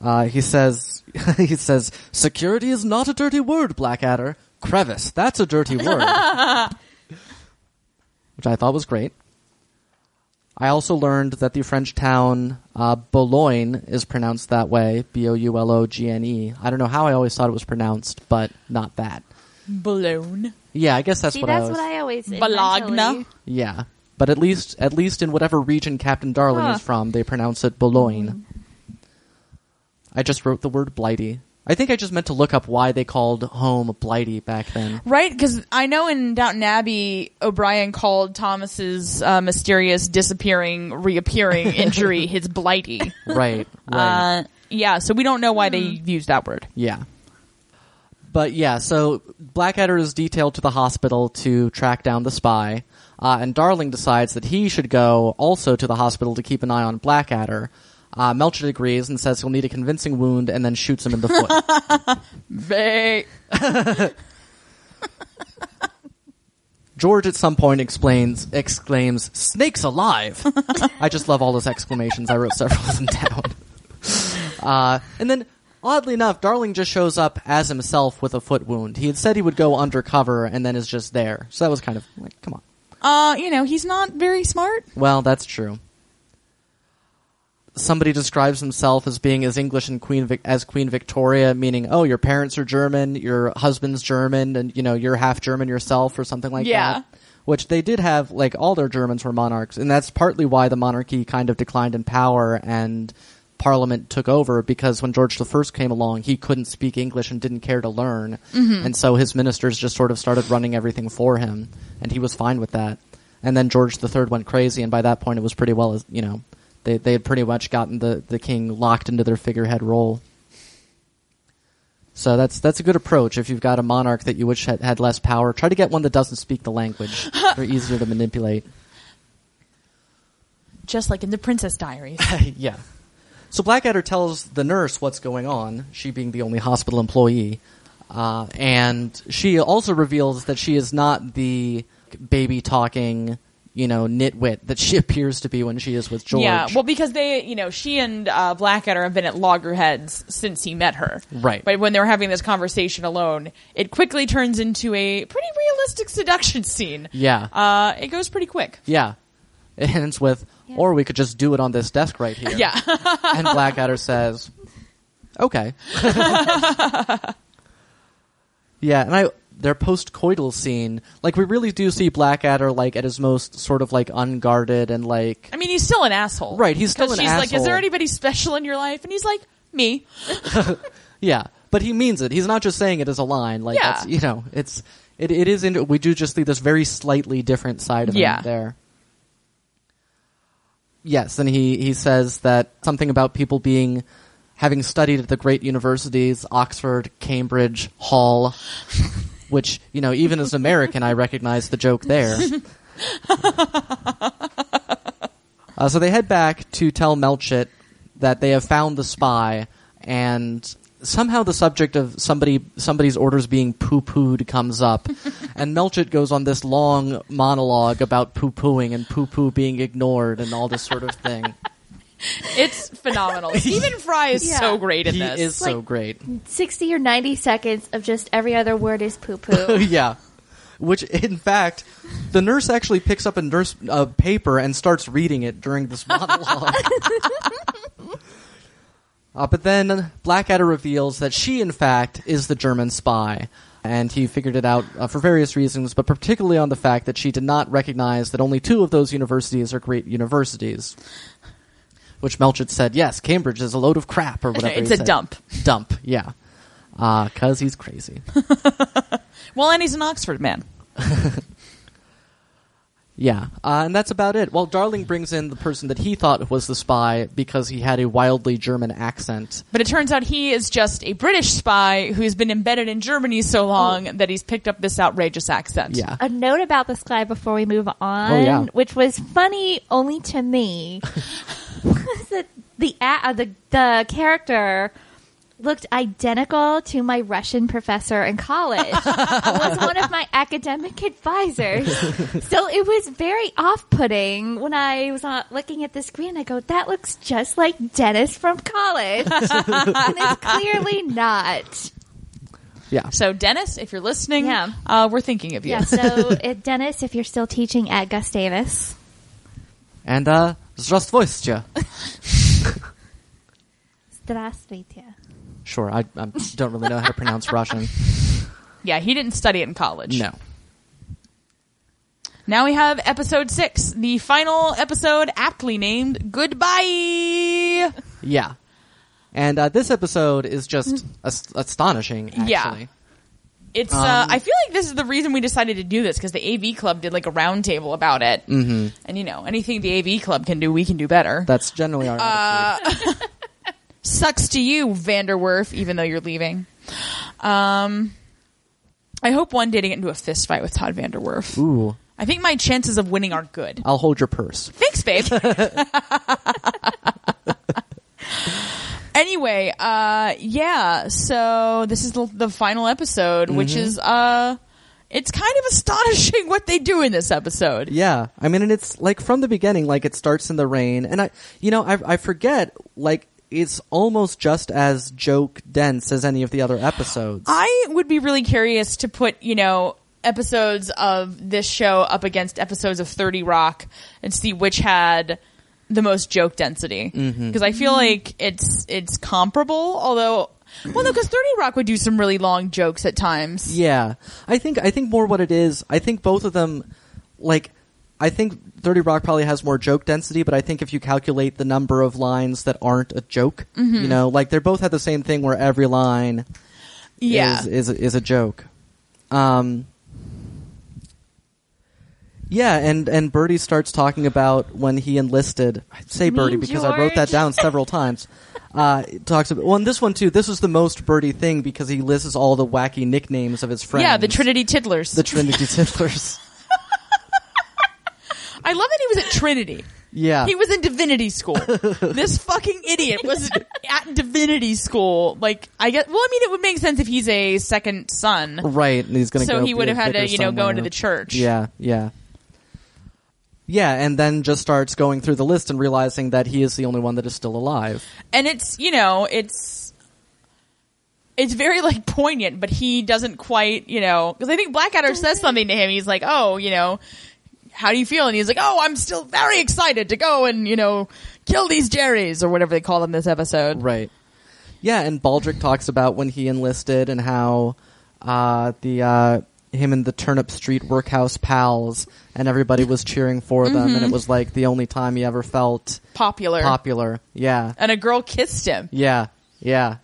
[SPEAKER 3] Uh, he says, he says, security is not a dirty word, Blackadder. Crevice, that's a dirty word. which I thought was great. I also learned that the French town uh, Boulogne is pronounced that way, B O U L O G N E. I don't know how I always thought it was pronounced, but not that.
[SPEAKER 2] Balloon.
[SPEAKER 3] Yeah, I guess that's
[SPEAKER 1] See,
[SPEAKER 3] what I
[SPEAKER 1] that's
[SPEAKER 3] was.
[SPEAKER 1] what I always
[SPEAKER 2] Bologna.
[SPEAKER 1] mentally-
[SPEAKER 3] Yeah, but at least at least in whatever region Captain Darling
[SPEAKER 2] Huh.
[SPEAKER 3] is from, they pronounce it Boulogne.
[SPEAKER 1] Mm-hmm.
[SPEAKER 3] I just wrote the word blighty. I think I just meant to look up why they called home blighty back then.
[SPEAKER 2] Right, because I know in Downton Abbey, O'Brien called Thomas's uh, mysterious disappearing, reappearing injury his blighty.
[SPEAKER 3] Right. Right.
[SPEAKER 2] Uh, yeah, so we don't know why they used that word.
[SPEAKER 3] Yeah. But yeah, so Blackadder is detailed to the hospital to track down the spy, uh, and Darling decides that he should go also to the hospital to keep an eye on Blackadder. Uh, Melchett agrees and says he'll need a convincing wound and then shoots him in the foot.
[SPEAKER 2] Ba-
[SPEAKER 3] George at some point explains, exclaims, "Snakes alive!" I just love all those exclamations. I wrote several of them down. Uh, and then, oddly enough, Darling just shows up as himself with a foot wound. He had said he would go undercover and then is just there. So that was kind of like, come on.
[SPEAKER 2] Uh, you know, he's not very smart.
[SPEAKER 3] Well, that's true. Somebody describes himself as being as English and Queen Vic- as Queen Victoria, meaning, oh, your parents are German, your husband's German, and you know you're half German yourself, or something like
[SPEAKER 2] Yeah.
[SPEAKER 3] that. Which they did have, like all their Germans were monarchs, and that's partly why the monarchy kind of declined in power and Parliament took over. Because when George I came along, he couldn't speak English and didn't care to learn, and so his ministers just sort of started running everything for him, and he was fine with that. And then George III went crazy, and by that point, it was pretty well, you know, they they had pretty much gotten the the king locked into their figurehead role. So that's that's a good approach. If you've got a monarch that you wish had, had less power, try to get one that doesn't speak the language. They're easier to manipulate.
[SPEAKER 2] Just like in the Princess Diaries.
[SPEAKER 3] yeah. So Blackadder tells the nurse what's going on, she being the only hospital employee, uh, and she also reveals that she is not the baby talking, you know, nitwit that she appears to be when she is with George.
[SPEAKER 2] Yeah, well, because they, you know, she and uh, Blackadder have been at loggerheads since he met her.
[SPEAKER 3] Right.
[SPEAKER 2] But when they're having this conversation alone, it quickly turns into a pretty realistic seduction scene.
[SPEAKER 3] yeah,
[SPEAKER 2] Uh, it goes pretty quick.
[SPEAKER 3] yeah. It ends with,
[SPEAKER 1] Yeah.
[SPEAKER 3] or we could just do it on this desk right here.
[SPEAKER 2] Yeah.
[SPEAKER 3] and Blackadder says, "Okay." yeah, and I their post-coital scene, like we really do see Blackadder like at his most sort of like unguarded and like
[SPEAKER 2] I mean, he's still an asshole.
[SPEAKER 3] Right, he's still
[SPEAKER 2] 'Cause
[SPEAKER 3] an
[SPEAKER 2] she's like, is
[SPEAKER 3] asshole."
[SPEAKER 2] there anybody special in your life? And he's like, me.
[SPEAKER 3] yeah, but he means it. He's not just saying it as a line. Like
[SPEAKER 2] Yeah.
[SPEAKER 3] that's, you know, it's it it is into we do just see this very slightly different side of
[SPEAKER 2] Yeah.
[SPEAKER 3] him there. Yes, and he he says that something about people being having studied at the great universities, Oxford, Cambridge, Hall, which, you know, even as an American I recognize the joke there. Uh, so they head back to tell Melchett that they have found the spy, and somehow the subject of somebody somebody's orders being poo pooed comes up, and Melchett goes on this long monologue about poo pooing and poo poo being ignored and all this sort of thing.
[SPEAKER 2] It's phenomenal. Stephen Fry is
[SPEAKER 1] Yeah.
[SPEAKER 2] so great in
[SPEAKER 3] he
[SPEAKER 2] this.
[SPEAKER 3] is so
[SPEAKER 1] Like-
[SPEAKER 3] great.
[SPEAKER 1] 60 or 90 seconds of just every other word is poo poo.
[SPEAKER 3] yeah. Which, in fact, the nurse actually picks up a nurse uh, paper and starts reading it during this monologue. uh, but then Blackadder reveals that she, in fact, is the German spy. And he figured it out uh, for various reasons, but particularly on the fact that she did not recognize that only two of those universities are great universities. Which Melchett said, yes, Cambridge is a load of crap or whatever. he
[SPEAKER 2] It's a
[SPEAKER 3] said.
[SPEAKER 2] dump.
[SPEAKER 3] Dump, yeah. Because he's crazy.
[SPEAKER 2] Well, and he's an Oxford man.
[SPEAKER 3] Yeah, uh, and that's about it. Well, Darling brings in the person that he thought was the spy because he had a wildly German accent.
[SPEAKER 2] But it turns out he is just a British spy who's been embedded in Germany so long that he's picked up this outrageous accent.
[SPEAKER 3] Oh. Yeah,
[SPEAKER 1] A note about this guy before we move on,
[SPEAKER 3] Oh, yeah.
[SPEAKER 1] which was funny only to me, was that the, a- uh, the, the character looked identical to my Russian professor in college. He was one of my academic advisors. So it was very off-putting when I was on, looking at the screen. I go, that looks just like Dennis from college. and it's clearly not.
[SPEAKER 3] Yeah.
[SPEAKER 2] So Dennis, if you're listening,
[SPEAKER 1] Yeah.
[SPEAKER 2] uh, we're thinking of you.
[SPEAKER 1] Yeah, so uh, Dennis, if you're still teaching at Gustavus,
[SPEAKER 3] And uh, здравствуйте.
[SPEAKER 1] здравствуйте.
[SPEAKER 3] Sure, I, I don't really know how to pronounce Russian.
[SPEAKER 2] Yeah, he didn't study it in college.
[SPEAKER 3] No.
[SPEAKER 2] Now we have episode six, the final episode aptly named Goodbye.
[SPEAKER 3] Yeah. And uh, this episode is just ast- astonishing, actually.
[SPEAKER 2] Yeah. It's, uh,
[SPEAKER 3] Um,
[SPEAKER 2] I feel like this is the reason we decided to do this because the AV Club did like a roundtable about it. Mm-hmm. And you know, anything the AV Club can do, we can do better.
[SPEAKER 3] That's generally our attitude.
[SPEAKER 2] Sucks to you, Vanderwerf, even though you're leaving. Um, I hope one day to get into a fist fight with Todd Vanderwerf.
[SPEAKER 3] Ooh.
[SPEAKER 2] I think my chances of winning are good.
[SPEAKER 3] I'll hold your purse.
[SPEAKER 2] Thanks, babe. anyway, uh, yeah. So this is the, the final episode, which is uh, it's kind of astonishing what they do in this episode.
[SPEAKER 3] Yeah, I mean, and it's like from the beginning, like it starts in the rain, and I, you know, I, I forget, like it's almost just as joke dense as any of the other episodes.
[SPEAKER 2] I would be really curious to put, you know, episodes of this show up against episodes of 30 Rock and see which had the most joke density. Because I feel like it's it's comparable, although well no, because 30 Rock would do some really long jokes at times.
[SPEAKER 3] Yeah, I think I think more what it is. I think both of them, like, I think Thirty Rock probably has more joke density, but I think if you calculate the number of lines that aren't a joke, you know, like they both had the same thing where every line
[SPEAKER 2] Yeah.
[SPEAKER 3] is, is is a joke. Um, yeah, and and Birdie starts talking about when he enlisted. I say
[SPEAKER 1] Mean
[SPEAKER 3] Birdie because I wrote that
[SPEAKER 1] George.
[SPEAKER 3] down several times. Uh, it talks about well, and this one too. This was the most Birdie thing because he lists all the wacky nicknames of his friends.
[SPEAKER 2] yeah, the Trinity Tiddlers.
[SPEAKER 3] the Trinity Tiddlers.
[SPEAKER 2] I love that he was at Trinity.
[SPEAKER 3] Yeah,
[SPEAKER 2] He was in divinity school. this fucking idiot was at divinity school. Like, I guess, well, I mean, it would make sense if he's a second son.
[SPEAKER 3] right, and he's going
[SPEAKER 2] So
[SPEAKER 3] go
[SPEAKER 2] he
[SPEAKER 3] be
[SPEAKER 2] would
[SPEAKER 3] a
[SPEAKER 2] have had
[SPEAKER 3] vicar
[SPEAKER 2] to, you know, go into
[SPEAKER 3] somewhere.
[SPEAKER 2] the church.
[SPEAKER 3] Yeah, yeah. Yeah, and then just starts going through the list and realizing that he is the only one that is still alive.
[SPEAKER 2] and it's you know it's it's very like poignant but he doesn't quite you know because i think blackadder says something to him he's like oh you know how do you feel and he's like oh i'm still very excited to go and you know kill these jerrys or whatever they call them this episode
[SPEAKER 3] Right. Yeah, and Baldric talks about when he enlisted and how uh, the uh, him and the Turnip Street Workhouse pals and everybody was cheering for them, and
[SPEAKER 2] Mm-hmm.
[SPEAKER 3] it was like the only time he ever felt
[SPEAKER 2] popular
[SPEAKER 3] popular. Yeah,
[SPEAKER 2] and a girl kissed him
[SPEAKER 3] yeah, yeah,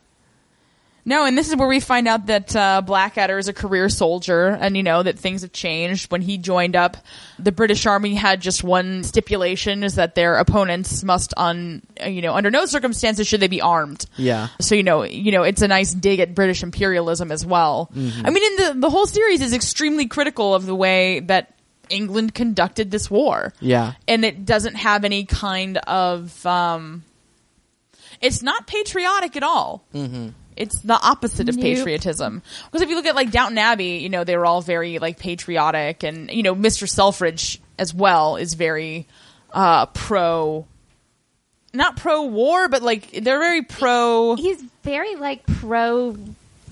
[SPEAKER 2] no and this is where we find out that uh, blackadder is a career soldier and you know that things have changed when he joined up the british army had just one stipulation is that their opponents must on you know under no circumstances should they be armed
[SPEAKER 3] yeah.
[SPEAKER 2] So you know, you know, it's a nice dig at British imperialism as well. I mean, in the the whole series is extremely critical of the way that England conducted this war.
[SPEAKER 3] Yeah.
[SPEAKER 2] and it doesn't have any kind of. Um, it's not patriotic at all. Mm-hmm. It's the opposite of
[SPEAKER 1] Nope.
[SPEAKER 2] patriotism. Because if you look at like Downton Abbey, you know they were all very like patriotic, and you know Mr. Selfridge as well is very uh, pro. Not pro war, but like they're very pro.
[SPEAKER 1] He's very like pro,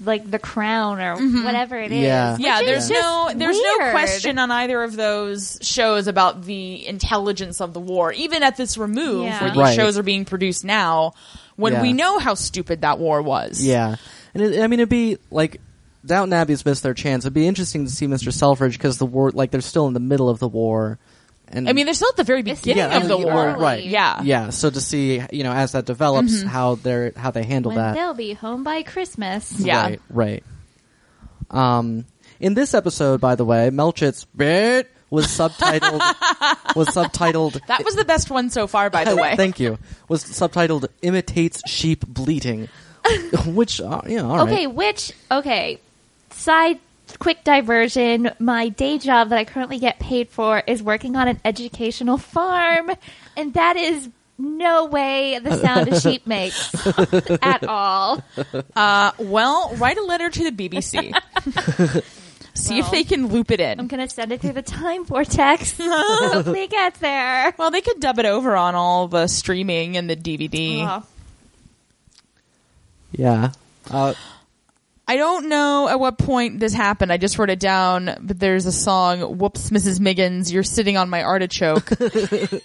[SPEAKER 1] like the crown or whatever it is.
[SPEAKER 3] Yeah.
[SPEAKER 1] which
[SPEAKER 2] Mm-hmm. yeah,
[SPEAKER 1] is
[SPEAKER 2] there's
[SPEAKER 1] just
[SPEAKER 2] no there's no
[SPEAKER 1] weird.
[SPEAKER 2] question on either of those shows about the intelligence of the war. Even at this remove,
[SPEAKER 1] Yeah.
[SPEAKER 2] where these
[SPEAKER 3] Right.
[SPEAKER 2] shows are being produced now, when
[SPEAKER 3] Yeah.
[SPEAKER 2] we know how stupid that war was.
[SPEAKER 3] Yeah, and it, I mean it'd be like Downton Abbey's missed their chance. It'd be interesting to see Mister Selfridge because the war, like they're still in the middle of the war, and
[SPEAKER 2] I mean, they're still at the very
[SPEAKER 1] It's
[SPEAKER 2] beginning
[SPEAKER 3] yeah,
[SPEAKER 2] of the
[SPEAKER 1] really
[SPEAKER 2] war,
[SPEAKER 1] early.
[SPEAKER 3] right?
[SPEAKER 2] Yeah. Mm-hmm.
[SPEAKER 3] yeah. So to see you know as that develops how they're how they handle
[SPEAKER 1] When
[SPEAKER 3] that.
[SPEAKER 1] they'll be home by Christmas.
[SPEAKER 2] Yeah.
[SPEAKER 3] Right, right. Um, in this episode, by the way, Melchit's bit was subtitled was subtitled.
[SPEAKER 2] That was the best one so far, by the way.
[SPEAKER 3] Thank you. Was subtitled imitates sheep bleating, which uh, yeah, all right.
[SPEAKER 1] okay, which okay. Side quick diversion. My day job that I currently get paid for is working on an educational farm, and that is no way the sound a sheep makes at all.
[SPEAKER 2] Uh, well, write a letter to the BBC. See if
[SPEAKER 1] Well,
[SPEAKER 2] they can loop it in.
[SPEAKER 1] I'm gonna send it through the time vortex. Hopefully, it gets there.
[SPEAKER 2] Well, they could dub it over on all the streaming and the DVD.
[SPEAKER 1] Oh,
[SPEAKER 3] Yeah. Uh,
[SPEAKER 2] I don't know at what point this happened. I just wrote it down, but there's a song, Whoops, Mrs. Miggins, you're sitting on my artichoke.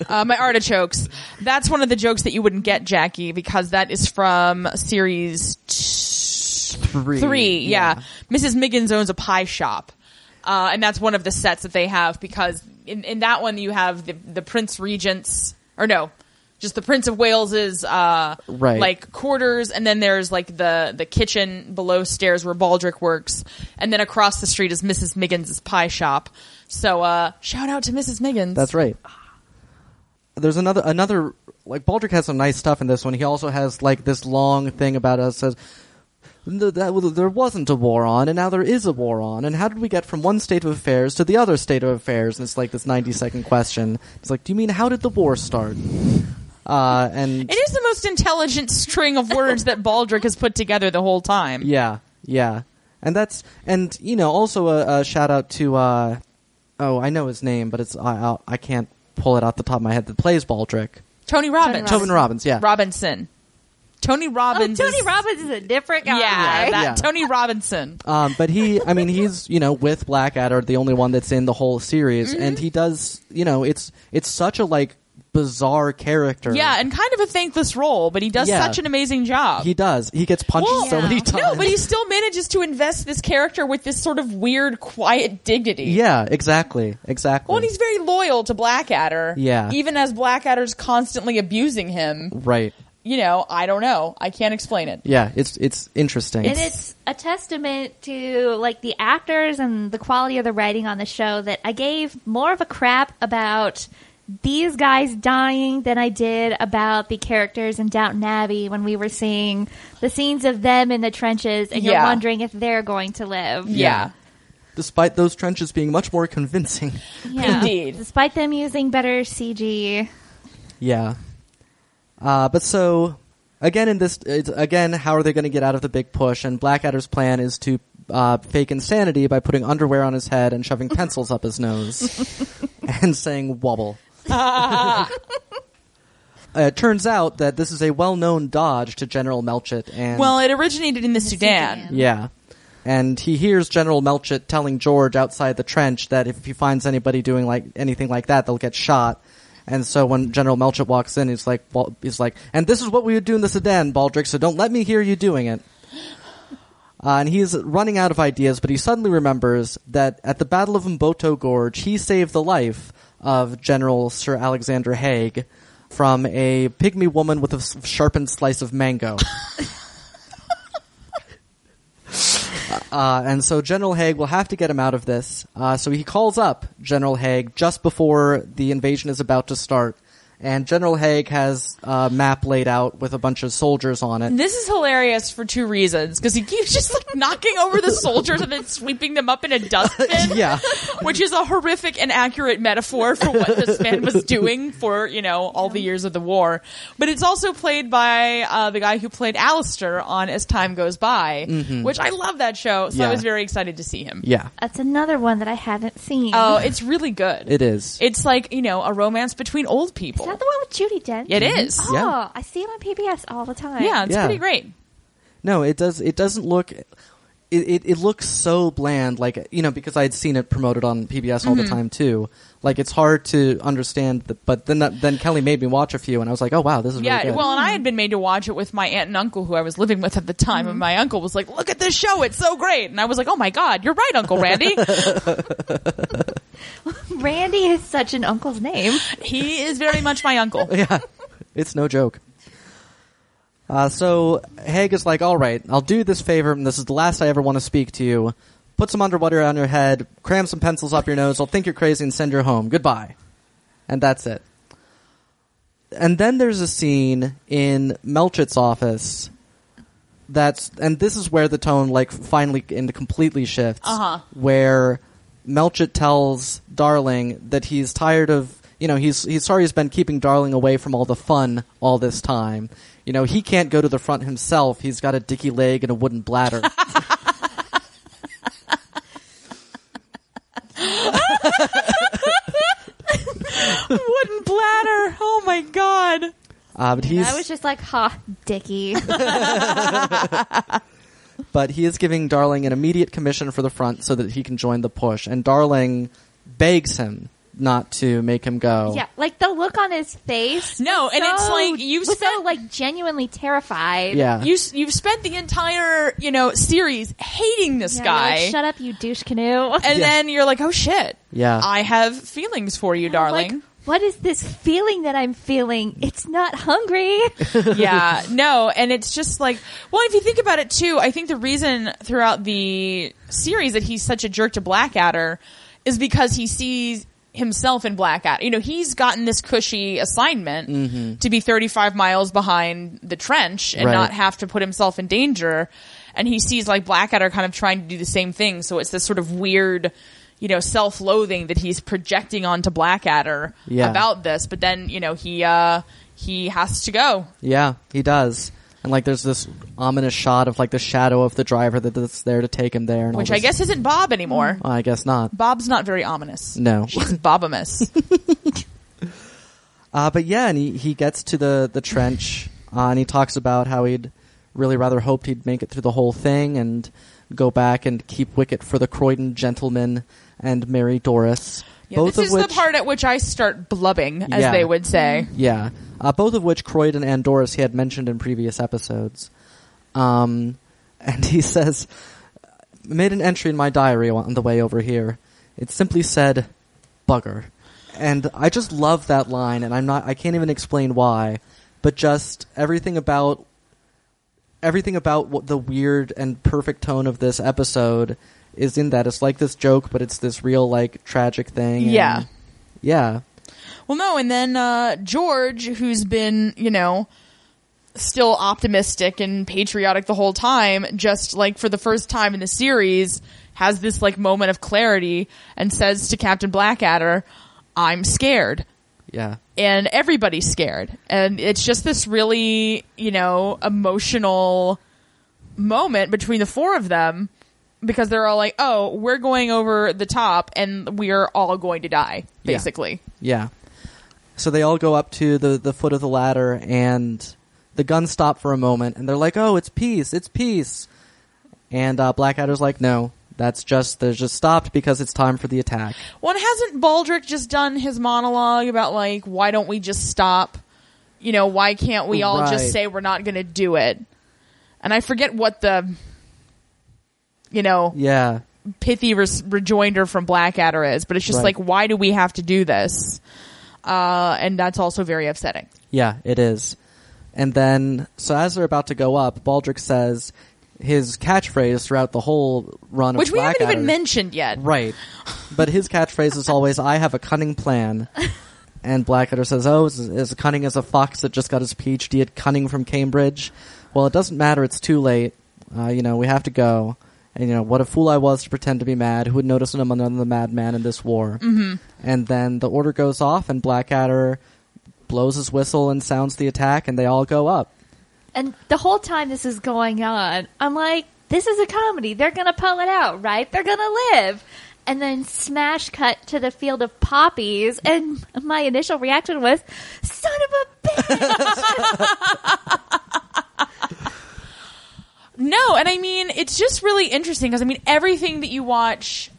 [SPEAKER 2] uh, my artichokes. That's one of the jokes that you wouldn't get, Jackie, because that is from series t-
[SPEAKER 3] Three,
[SPEAKER 2] yeah. Mrs. Miggins owns a pie shop. Uh, and that's one of the sets that they have because in, in that one you have the, the Prince Regent's, or no, just the Prince of Wales's, uh,
[SPEAKER 3] Right.
[SPEAKER 2] like quarters and then there's like the the kitchen below stairs where Baldric works and then across the street is Mrs. Miggins' pie shop. So uh shout out to Mrs. Miggins.
[SPEAKER 3] That's right. There's another another like Baldric has some nice stuff in this one. He also has like this long thing about us says "Th- that well, there wasn't a war on, and now there is a war on, and how did we get from one state of affairs to the other state of affairs? And it's like this 90 second question. It's like, do you mean how did the war start? Uh, and
[SPEAKER 2] It is the most intelligent string of words that Baldric has put together the whole time.
[SPEAKER 3] yeah, yeah, and that's and you know also a, a shout out to uh, oh I know his name, but it's I I'll, I can't pull it off the top of my head that plays Baldric.
[SPEAKER 2] Tony Robbins.
[SPEAKER 1] Tony
[SPEAKER 3] Tobin Robbins, yeah.
[SPEAKER 2] Robinson. Tony Robbins.
[SPEAKER 1] Oh, Tony
[SPEAKER 2] is-
[SPEAKER 1] Robbins is a different guy.
[SPEAKER 2] Yeah, that
[SPEAKER 3] Yeah.
[SPEAKER 2] Tony Robinson.
[SPEAKER 3] Um, but he, I mean, he's you know with Blackadder the only one that's in the whole series,
[SPEAKER 2] Mm-hmm.
[SPEAKER 3] and he does you know it's it's such a like bizarre character.
[SPEAKER 2] Yeah, and kind of a thankless role, but he does
[SPEAKER 3] Yeah.
[SPEAKER 2] such an amazing job.
[SPEAKER 3] he does. He gets punched
[SPEAKER 2] Well,
[SPEAKER 3] so many
[SPEAKER 1] yeah.
[SPEAKER 3] times.
[SPEAKER 2] No, but he still manages to invest this character with this sort of weird, quiet dignity.
[SPEAKER 3] yeah, exactly, exactly.
[SPEAKER 2] Well, and he's very loyal to Blackadder.
[SPEAKER 3] Yeah.
[SPEAKER 2] Even as Blackadder's constantly abusing him,
[SPEAKER 3] right.
[SPEAKER 2] you know, I don't know. I can't explain it.
[SPEAKER 3] Yeah, it's it's interesting.
[SPEAKER 1] And it's a testament to like the actors and the quality of the writing on the show that I gave more of a crap about these guys dying than I did about the characters in Downton Abbey when we were seeing the scenes of them in the trenches and you're
[SPEAKER 2] Yeah.
[SPEAKER 1] wondering if they're going to live.
[SPEAKER 2] Yeah.
[SPEAKER 3] despite those trenches being much more convincing.
[SPEAKER 1] Yeah.
[SPEAKER 2] Indeed.
[SPEAKER 1] Despite them using better CG.
[SPEAKER 3] Yeah. Uh, but so again, in this, it's, again, how are they going to get out of the big push? And Blackadder's plan is to uh, fake insanity by putting underwear on his head and shoving pencils up his nose and saying "wobble." Uh, it turns out that this is a well-known dodge to General Melchett, and
[SPEAKER 2] Well, it originated in the, Sudan.
[SPEAKER 1] Sudan.
[SPEAKER 3] yeah. And he hears General Melchett telling George outside the trench that if he finds anybody doing like anything like that, they'll get shot. And so when General Melchett walks in, he's like, Bal- he's like, and this is what we would do in the Sudan, Baldric. So don't let me hear you doing it. Uh, and he's running out of ideas, but he suddenly remembers that at the Battle of Mboto Gorge, he saved the life of General Sir Alexander Haig from a pygmy woman with a s- sharpened slice of mango. Uh, and so General Haig will have to get him out of this. Uh, so he calls up General Haig just before the invasion is about to start. And General Haig has a map laid out with a bunch of soldiers on it.
[SPEAKER 2] This is hilarious for two reasons because he keeps just like knocking over the soldiers and then sweeping them up in a dustbin.
[SPEAKER 3] Yeah.
[SPEAKER 2] Which is a horrific and accurate metaphor for what this man was doing for, you know, all the years of the war. But it's also played by uh, the guy who played Alistair on As Time Goes By, which I love that show. So I
[SPEAKER 3] Mm-hmm. Yeah.
[SPEAKER 2] was very excited to see him.
[SPEAKER 3] Yeah,
[SPEAKER 1] That's another one that I haven't seen.
[SPEAKER 2] Oh, it's really good.
[SPEAKER 3] it is.
[SPEAKER 2] It's like, you know, a romance between old people.
[SPEAKER 1] Is that the one with Judy Dench?
[SPEAKER 2] It is.
[SPEAKER 1] Oh,
[SPEAKER 3] Yeah.
[SPEAKER 1] I see it on PBS all the time.
[SPEAKER 2] Yeah, it's
[SPEAKER 3] Yeah.
[SPEAKER 2] pretty great.
[SPEAKER 3] No, it does. It doesn't look. It, it, it looks so bland, like you know, because I had seen it promoted on PBS all the
[SPEAKER 2] Mm-hmm.
[SPEAKER 3] time too. Like it's hard to understand, the, but then that- then Kelly made me watch a few, and I was like, oh wow, this is
[SPEAKER 2] Yeah,
[SPEAKER 3] really good.
[SPEAKER 2] well, and I had been made to watch it with my aunt and uncle who I was living with at the time,
[SPEAKER 3] Mm-hmm.
[SPEAKER 2] and my uncle was like, "Look at this show, it's so great," and I was like, "Oh my god, you're right, Uncle Randy."
[SPEAKER 1] Randy is such an uncle's name.
[SPEAKER 2] he is very much my uncle.
[SPEAKER 3] yeah, it's no joke. Uh, so Haig is like, all right, I'll do this favor, and this is the last I ever want to speak to you. Put some underwater on your head, cram some pencils up your nose. I'll think you're crazy and send you home. Goodbye, and that's it. And then there's a scene in Melchett's office. That's and this is where the tone like finally and completely shifts.
[SPEAKER 2] Uh-huh.
[SPEAKER 3] Where Melchett tells Darling that he's tired of you know he's he's sorry he's been keeping Darling away from all the fun all this time. You know he can't go to the front himself. He's got a dicky leg and a wooden bladder.
[SPEAKER 2] Wooden bladder. Oh my god.
[SPEAKER 3] Uh, but he's
[SPEAKER 1] I was just like, ha, Dickie.
[SPEAKER 3] but he is giving Darling an immediate commission for the front so that he can join the push. And Darling begs him not to make him go.
[SPEAKER 1] Yeah, like the look on his face.
[SPEAKER 2] No,
[SPEAKER 1] was
[SPEAKER 2] and it's
[SPEAKER 1] so-
[SPEAKER 2] like you've
[SPEAKER 1] was so
[SPEAKER 2] spent-
[SPEAKER 1] like genuinely terrified.
[SPEAKER 3] Yeah.
[SPEAKER 2] You s- you've spent the entire you know series hating this
[SPEAKER 1] Yeah,
[SPEAKER 2] guy,
[SPEAKER 1] you're like, Shut up, you douche canoe.
[SPEAKER 2] and
[SPEAKER 3] Yeah.
[SPEAKER 2] then you're like, oh shit,
[SPEAKER 3] Yeah.
[SPEAKER 2] I have feelings for you, darling.
[SPEAKER 1] Like, what is this feeling that I'm feeling? It's not hungry.
[SPEAKER 2] yeah, no, and it's just like, well, if you think about it too, I think the reason throughout the series that he's such a jerk to Blackadder is because he sees himself in Blackadder. You know, he's gotten this cushy assignment to be 35 miles behind the trench and
[SPEAKER 3] Mm-hmm. Right.
[SPEAKER 2] not have to put himself in danger. And he sees like Blackadder kind of trying to do the same thing. So it's this sort of weird, you know, self-loathing that he's projecting onto Blackadder
[SPEAKER 3] Yeah.
[SPEAKER 2] about this. But then, you know, he, uh, he has to go.
[SPEAKER 3] Yeah, he does. And like, there's this ominous shot of like the shadow of the driver that- that's there to take him there. And all
[SPEAKER 2] which I
[SPEAKER 3] this-
[SPEAKER 2] guess isn't Bob anymore.
[SPEAKER 3] Well, I guess not.
[SPEAKER 2] Bob's not very ominous.
[SPEAKER 3] No.
[SPEAKER 2] she's Bobamus.
[SPEAKER 3] Uh, but yeah, and he, he gets to the the trench, uh, and he talks about how he'd really rather hoped he'd make it through the whole thing and go back and keep wicket for the Croydon gentleman and marry Doris.
[SPEAKER 2] Yeah, this is the part at which I start blubbing, as
[SPEAKER 3] Yeah.
[SPEAKER 2] they would say.
[SPEAKER 3] Yeah. Uh, both of which Croydon and Doris he had mentioned in previous episodes. Um, and he says, made an entry in my diary on the way over here. It simply said, bugger. And I just love that line, and I'm not, I can't even explain why, but just everything about, everything about what the weird and perfect tone of this episode is in that. It's like this joke, but it's this real, like, tragic thing. and-
[SPEAKER 2] Yeah.
[SPEAKER 3] Yeah.
[SPEAKER 2] Well, no, and then uh, George, who's been, you know, still optimistic and patriotic the whole time, just like for the first time in the series, has this like moment of clarity and says to Captain Blackadder, "I'm scared."
[SPEAKER 3] Yeah.
[SPEAKER 2] and everybody's scared. And it's just this really, you know, emotional moment between the four of them because they're all like, oh, we're going over the top and we are all going to die,
[SPEAKER 3] Yeah.
[SPEAKER 2] basically.
[SPEAKER 3] Yeah. So they all go up to the, the foot of the ladder and the guns stop for a moment and they're like, oh, it's peace, it's peace. And uh, Blackadder's like, no, that's just, they're just stopped because it's time for the attack.
[SPEAKER 2] Well, and hasn't Baldric just done his monologue about, like, why don't we just stop? You know, why can't we all
[SPEAKER 3] Right.
[SPEAKER 2] just say we're not going to do it? And I forget what the, you know,
[SPEAKER 3] Yeah.
[SPEAKER 2] pithy res- rejoinder from Blackadder is, but it's just
[SPEAKER 3] Right.
[SPEAKER 2] like, why do we have to do this? Uh, and that's also very upsetting.
[SPEAKER 3] Yeah, it is. And then, so as they're about to go up, Baldric says his catchphrase throughout the whole run
[SPEAKER 2] Which
[SPEAKER 3] of
[SPEAKER 2] we haven't even
[SPEAKER 3] Blackadder-
[SPEAKER 2] mentioned yet.
[SPEAKER 3] Right. But his catchphrase is always, I have a cunning plan. And Blackadder says, oh, it's as cunning as a fox that just got his PhD at cunning from Cambridge. Well, it doesn't matter. It's too late. Uh, you know, we have to go. And, you know, what a fool I was to pretend to be mad. Who would notice that I'm another madman in this war? Mm-hmm. And then the order goes off, and Blackadder blows his whistle and sounds the attack, and they all go up.
[SPEAKER 1] and the whole time this is going on, I'm like, this is a comedy. They're gonna pull it out, right? They're gonna live. And then smash cut to the field of poppies, and my initial reaction was, "Son of a bitch!"
[SPEAKER 2] No, and I mean, it's just really interesting because I mean, everything that you watch,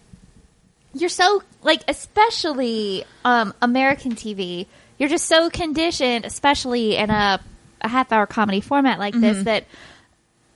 [SPEAKER 1] You're so like, especially um, American TV. You're just so conditioned, especially in a, a half hour comedy format like
[SPEAKER 2] Mm-hmm.
[SPEAKER 1] this, that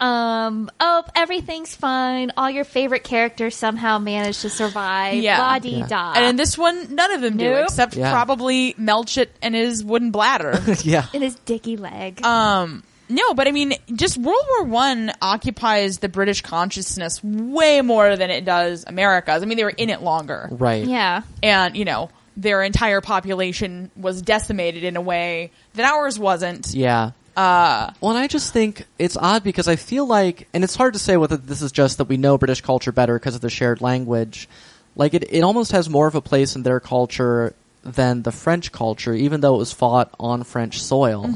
[SPEAKER 1] um, oh, everything's fine. All your favorite characters somehow manage to survive.
[SPEAKER 2] Yeah.
[SPEAKER 1] La di da.
[SPEAKER 2] and in this one, none of them do
[SPEAKER 1] Ah. Nope.
[SPEAKER 2] except
[SPEAKER 3] Yeah.
[SPEAKER 2] probably Melchit and his wooden bladder.
[SPEAKER 3] yeah.
[SPEAKER 1] in his dicky leg.
[SPEAKER 2] Um, no, but I mean, just World War One occupies the British consciousness way more than it does America's. I mean, they were in it longer,
[SPEAKER 3] Right.
[SPEAKER 1] yeah.
[SPEAKER 2] and you know their entire population was decimated in a way that ours wasn't.
[SPEAKER 3] Yeah. Uh, well, and I just think it's odd because I feel like, and it's hard to say whether this is just that we know British culture better because of the shared language. Like it, it almost has more of a place in their culture than the French culture, even though it was fought on French soil.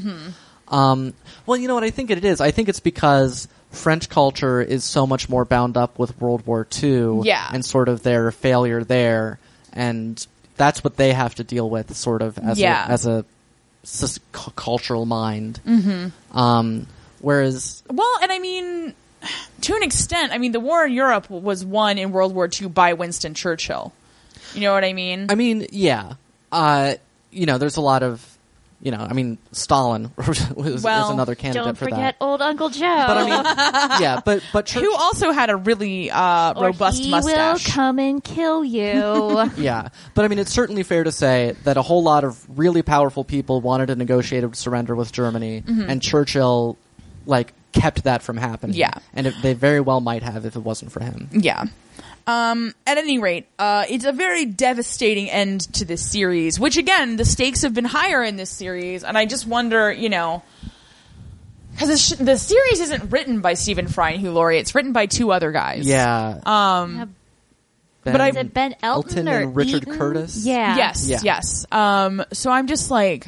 [SPEAKER 3] Um, well, you know what I think it is. I think it's because French culture is so much more bound up with World War II,
[SPEAKER 2] Yeah.
[SPEAKER 3] and sort of their failure there, and that's what they have to deal with, sort of as
[SPEAKER 2] Yeah.
[SPEAKER 3] a, as a sus- cu-
[SPEAKER 2] Mm-hmm.
[SPEAKER 3] cultural mind. Um, whereas,
[SPEAKER 2] Well, and I mean, to an extent, I mean, the war in Europe was won in World War II by Winston Churchill. You know what I mean?
[SPEAKER 3] I mean, yeah. Uh, you know, there's a lot of, you know, I mean, Stalin was, was
[SPEAKER 2] Well,
[SPEAKER 3] another candidate
[SPEAKER 1] Don't
[SPEAKER 3] for
[SPEAKER 1] forget
[SPEAKER 3] that.
[SPEAKER 1] old Uncle Joe.
[SPEAKER 3] But I mean, yeah, but but Church-
[SPEAKER 2] Who also had a really uh,
[SPEAKER 1] Or
[SPEAKER 2] robust
[SPEAKER 1] he
[SPEAKER 2] mustache.
[SPEAKER 1] will come and kill you.
[SPEAKER 3] yeah, but I mean, it's certainly fair to say that a whole lot of really powerful people wanted to negotiate a surrender with Germany,
[SPEAKER 2] Mm-hmm.
[SPEAKER 3] and Churchill, like, kept that from happening.
[SPEAKER 2] Yeah.
[SPEAKER 3] and it, they very well might have if it wasn't for him.
[SPEAKER 2] Yeah. Um, at any rate, uh, it's a very devastating end to this series, which again, the stakes have been higher in this series, and I just wonder, you know, because the series isn't written by Stephen Fry and Hugh Laurie; it's written by two other guys. Um,
[SPEAKER 3] Yeah,
[SPEAKER 1] Yeah,
[SPEAKER 3] Ben-
[SPEAKER 2] but I-
[SPEAKER 1] Is it Ben Elton,
[SPEAKER 3] Elton
[SPEAKER 1] or
[SPEAKER 3] and Richard
[SPEAKER 1] Eaton?
[SPEAKER 3] Curtis?
[SPEAKER 1] Yeah.
[SPEAKER 2] Yes.
[SPEAKER 3] Yeah.
[SPEAKER 2] Yes. Um, so I'm just like,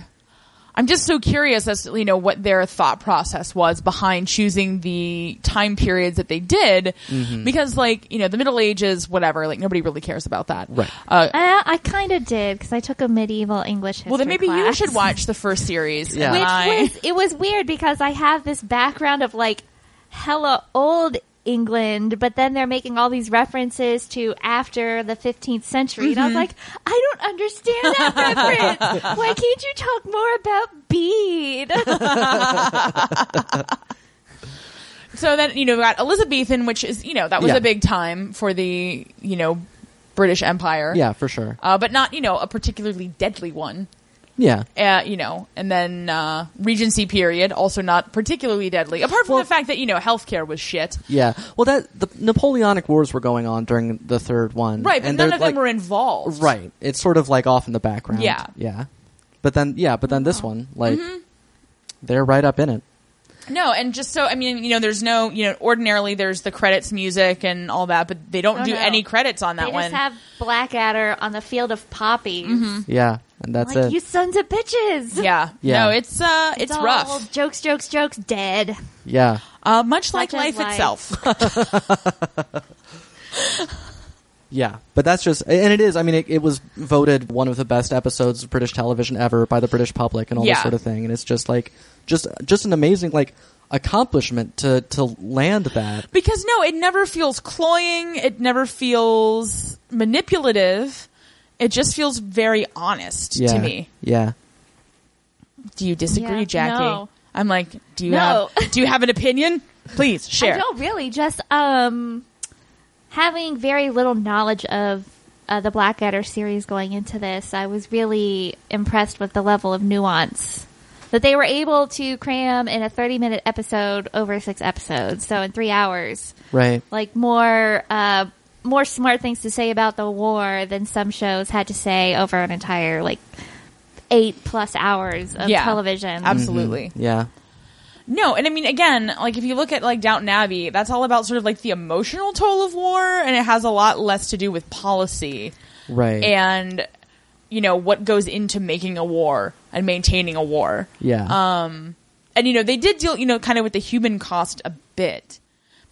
[SPEAKER 2] I'm just so curious as to you know what their thought process was behind choosing the time periods that they did,
[SPEAKER 3] Mm-hmm.
[SPEAKER 2] because like you know the Middle Ages, whatever, like nobody really cares about that.
[SPEAKER 3] Right.
[SPEAKER 2] Uh,
[SPEAKER 1] I, I kind of did because I took a medieval English history
[SPEAKER 2] Well, then maybe you
[SPEAKER 1] class.
[SPEAKER 2] should watch the first series.
[SPEAKER 3] Yeah.
[SPEAKER 2] and
[SPEAKER 1] Which
[SPEAKER 2] I-
[SPEAKER 1] was it was weird because I have this background of like hella old England, but then they're making all these references to after the 15th century, and I
[SPEAKER 2] Mm-hmm.
[SPEAKER 1] was like, I don't understand that reference. Why can't you talk more about Bede?
[SPEAKER 2] so then you know we got Elizabethan, which is you know that was
[SPEAKER 3] Yeah.
[SPEAKER 2] a big time for the you know British Empire.
[SPEAKER 3] yeah, for sure.
[SPEAKER 2] Uh, but not you know a particularly deadly one.
[SPEAKER 3] Yeah,
[SPEAKER 2] Uh, you know, and then uh, Regency period, also not particularly deadly, apart from the fact that you know healthcare was shit.
[SPEAKER 3] yeah. Well, that the Napoleonic Wars were going on during the third one,
[SPEAKER 2] Right, but
[SPEAKER 3] and
[SPEAKER 2] none
[SPEAKER 3] they're,
[SPEAKER 2] of
[SPEAKER 3] like-
[SPEAKER 2] them were involved.
[SPEAKER 3] Right. It's sort of like off in the background.
[SPEAKER 2] Yeah.
[SPEAKER 3] Yeah. But then yeah, but then
[SPEAKER 1] Oh.
[SPEAKER 3] this one, like
[SPEAKER 1] Mm-hmm.
[SPEAKER 3] they're right up in it.
[SPEAKER 2] No, and just so I mean, you know, there's no you know ordinarily there's the credits music and all that, but they don't
[SPEAKER 1] Oh,
[SPEAKER 2] do
[SPEAKER 1] no.
[SPEAKER 2] any credits on that
[SPEAKER 1] they just
[SPEAKER 2] one. Mm-hmm.
[SPEAKER 1] have Blackadder on the field of poppies.
[SPEAKER 3] Yeah. And that's
[SPEAKER 1] Mm-hmm. Like
[SPEAKER 3] it.
[SPEAKER 1] you sons of bitches.
[SPEAKER 2] yeah.
[SPEAKER 3] Yeah.
[SPEAKER 2] no, it's uh, it's,
[SPEAKER 1] all
[SPEAKER 2] rough.
[SPEAKER 1] Jokes, jokes, jokes. Dead.
[SPEAKER 3] yeah.
[SPEAKER 2] Uh, much like
[SPEAKER 1] Such
[SPEAKER 2] life,
[SPEAKER 1] as life.
[SPEAKER 2] itself.
[SPEAKER 3] Yeah. But that's just and it is, I mean it, it was voted one of the best episodes of British television ever by the British public and all
[SPEAKER 2] Yeah.
[SPEAKER 3] this sort of thing. And it's just like just just an amazing like accomplishment to to land that.
[SPEAKER 2] because no, it never feels cloying. It never feels manipulative. It just feels very honest
[SPEAKER 3] Yeah.
[SPEAKER 2] to me.
[SPEAKER 3] Yeah.
[SPEAKER 2] Do you disagree,
[SPEAKER 1] Yeah.
[SPEAKER 2] Jackie?
[SPEAKER 1] No.
[SPEAKER 2] I'm like, do you
[SPEAKER 1] No.
[SPEAKER 2] have do you have an opinion? Please share.
[SPEAKER 1] I don't really. Just um, having very little knowledge of uh, the Blackadder series going into this, I was really impressed with the level of nuance that they were able to cram in a 30 minute episode over six episodes. So in three hours,
[SPEAKER 3] Right.
[SPEAKER 1] like more, uh, more smart things to say about the war than some shows had to say over an entire like eight plus hours of
[SPEAKER 2] Yeah.
[SPEAKER 1] television.
[SPEAKER 2] Absolutely.
[SPEAKER 3] Yeah.
[SPEAKER 2] No, and I mean again, like if you look at like Downton Abbey, that's all about sort of like the emotional toll of war and it has a lot less to do with policy.
[SPEAKER 3] Right.
[SPEAKER 2] and you know what goes into making a war and maintaining a war.
[SPEAKER 3] yeah.
[SPEAKER 2] um, And you know they did deal, you know, kind of with the human cost a bit.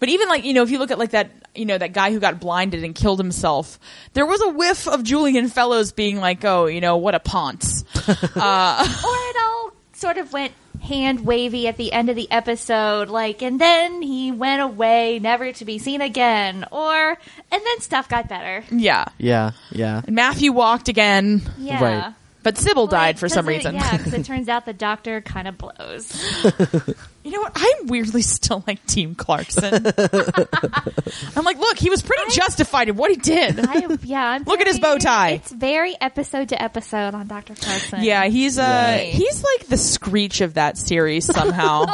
[SPEAKER 2] But even like you know, if you look at like that, you know, that guy who got blinded and killed himself, there was a whiff of Julian Fellows being like, "Oh, you know, what a ponce."
[SPEAKER 1] or it all sort of went hand wavy at the end of the episode like and then he went away never to be seen again or and then stuff got better
[SPEAKER 2] yeah,
[SPEAKER 3] yeah. Yeah.
[SPEAKER 2] and Matthew walked again,
[SPEAKER 1] yeah
[SPEAKER 3] Right.
[SPEAKER 2] but Sybil
[SPEAKER 1] Like,
[SPEAKER 2] died for
[SPEAKER 1] 'cause
[SPEAKER 2] some
[SPEAKER 1] it-
[SPEAKER 2] reason.
[SPEAKER 1] yeah 'cause it turns out the doctor kind of blows
[SPEAKER 2] You know what? I'm weirdly still like Team Clarkson. I'm like, look, he was pretty justified in what he did.
[SPEAKER 1] I, am- yeah I'm
[SPEAKER 2] Look at his
[SPEAKER 1] very-
[SPEAKER 2] bow tie.
[SPEAKER 1] it's very episode to episode on dr carson
[SPEAKER 2] Yeah, he's uh
[SPEAKER 3] Right.
[SPEAKER 2] he's like the screech of that series somehow.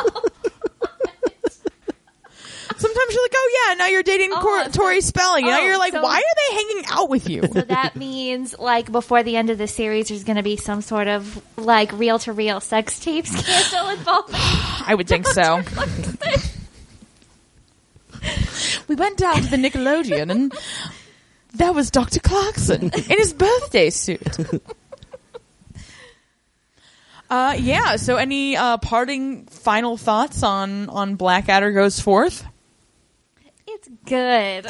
[SPEAKER 2] Sometimes you're like, oh yeah, now you're dating
[SPEAKER 1] Oh,
[SPEAKER 2] Cor-
[SPEAKER 1] so-
[SPEAKER 2] Tori Spelling. You know,
[SPEAKER 1] oh,
[SPEAKER 2] you're like,
[SPEAKER 1] so-
[SPEAKER 2] why are they hanging out with you?
[SPEAKER 1] so that means like before the end of the series there's going to be some sort of like reel to reel sex tape scandal involving
[SPEAKER 2] I would think so. we went down to the Nickelodeon and that was Dr. Clarkson in his birthday suit. Uh, yeah, so any uh, parting final thoughts on, on Blackadder Goes Forth?
[SPEAKER 1] it's good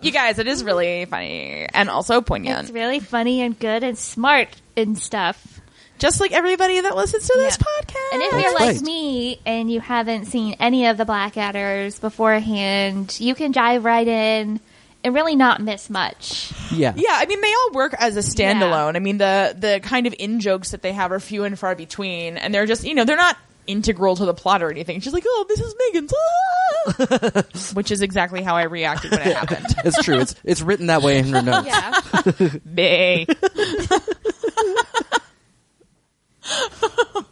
[SPEAKER 2] You guys, it is really funny and also poignant.
[SPEAKER 1] It's really funny and good and smart and stuff.
[SPEAKER 2] Just like everybody that listens to this
[SPEAKER 1] Yeah.
[SPEAKER 2] podcast.
[SPEAKER 1] And if you're
[SPEAKER 3] That's
[SPEAKER 1] like
[SPEAKER 3] right.
[SPEAKER 1] me and you haven't seen any of the Blackadders beforehand, you can dive right in and really not miss much.
[SPEAKER 3] Yeah.
[SPEAKER 2] Yeah, I mean they all work as a standalone. I mean the the kind of in jokes that they have are few and far between, and they're just you know they're not integral to the plot or anything. She's like, oh, this is Megan's, ah!" which is exactly how I reacted when it happened.
[SPEAKER 3] It's true. It's it's written that way in her notes.
[SPEAKER 1] Yeah.
[SPEAKER 2] Bay.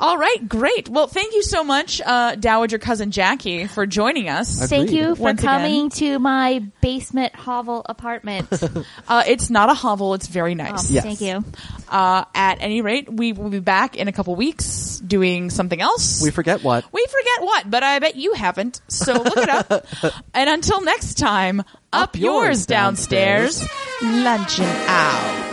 [SPEAKER 2] All right, great. Well, thank you so much, uh, Dowager Cousin Jackie, for joining us.
[SPEAKER 1] Thank
[SPEAKER 3] Agreed.
[SPEAKER 1] you for
[SPEAKER 2] Once again.
[SPEAKER 1] coming to my basement hovel apartment. Um,
[SPEAKER 2] Uh, it's not a hovel, it's very nice.
[SPEAKER 3] Yes.
[SPEAKER 1] Thank you.
[SPEAKER 2] Uh, at any rate, we will be back in a couple weeks doing something else.
[SPEAKER 3] We forget what.
[SPEAKER 2] We forget what, but I bet you haven't. So look it up. and until next time, up,
[SPEAKER 3] Up yours
[SPEAKER 2] yours downstairs, luncheon out.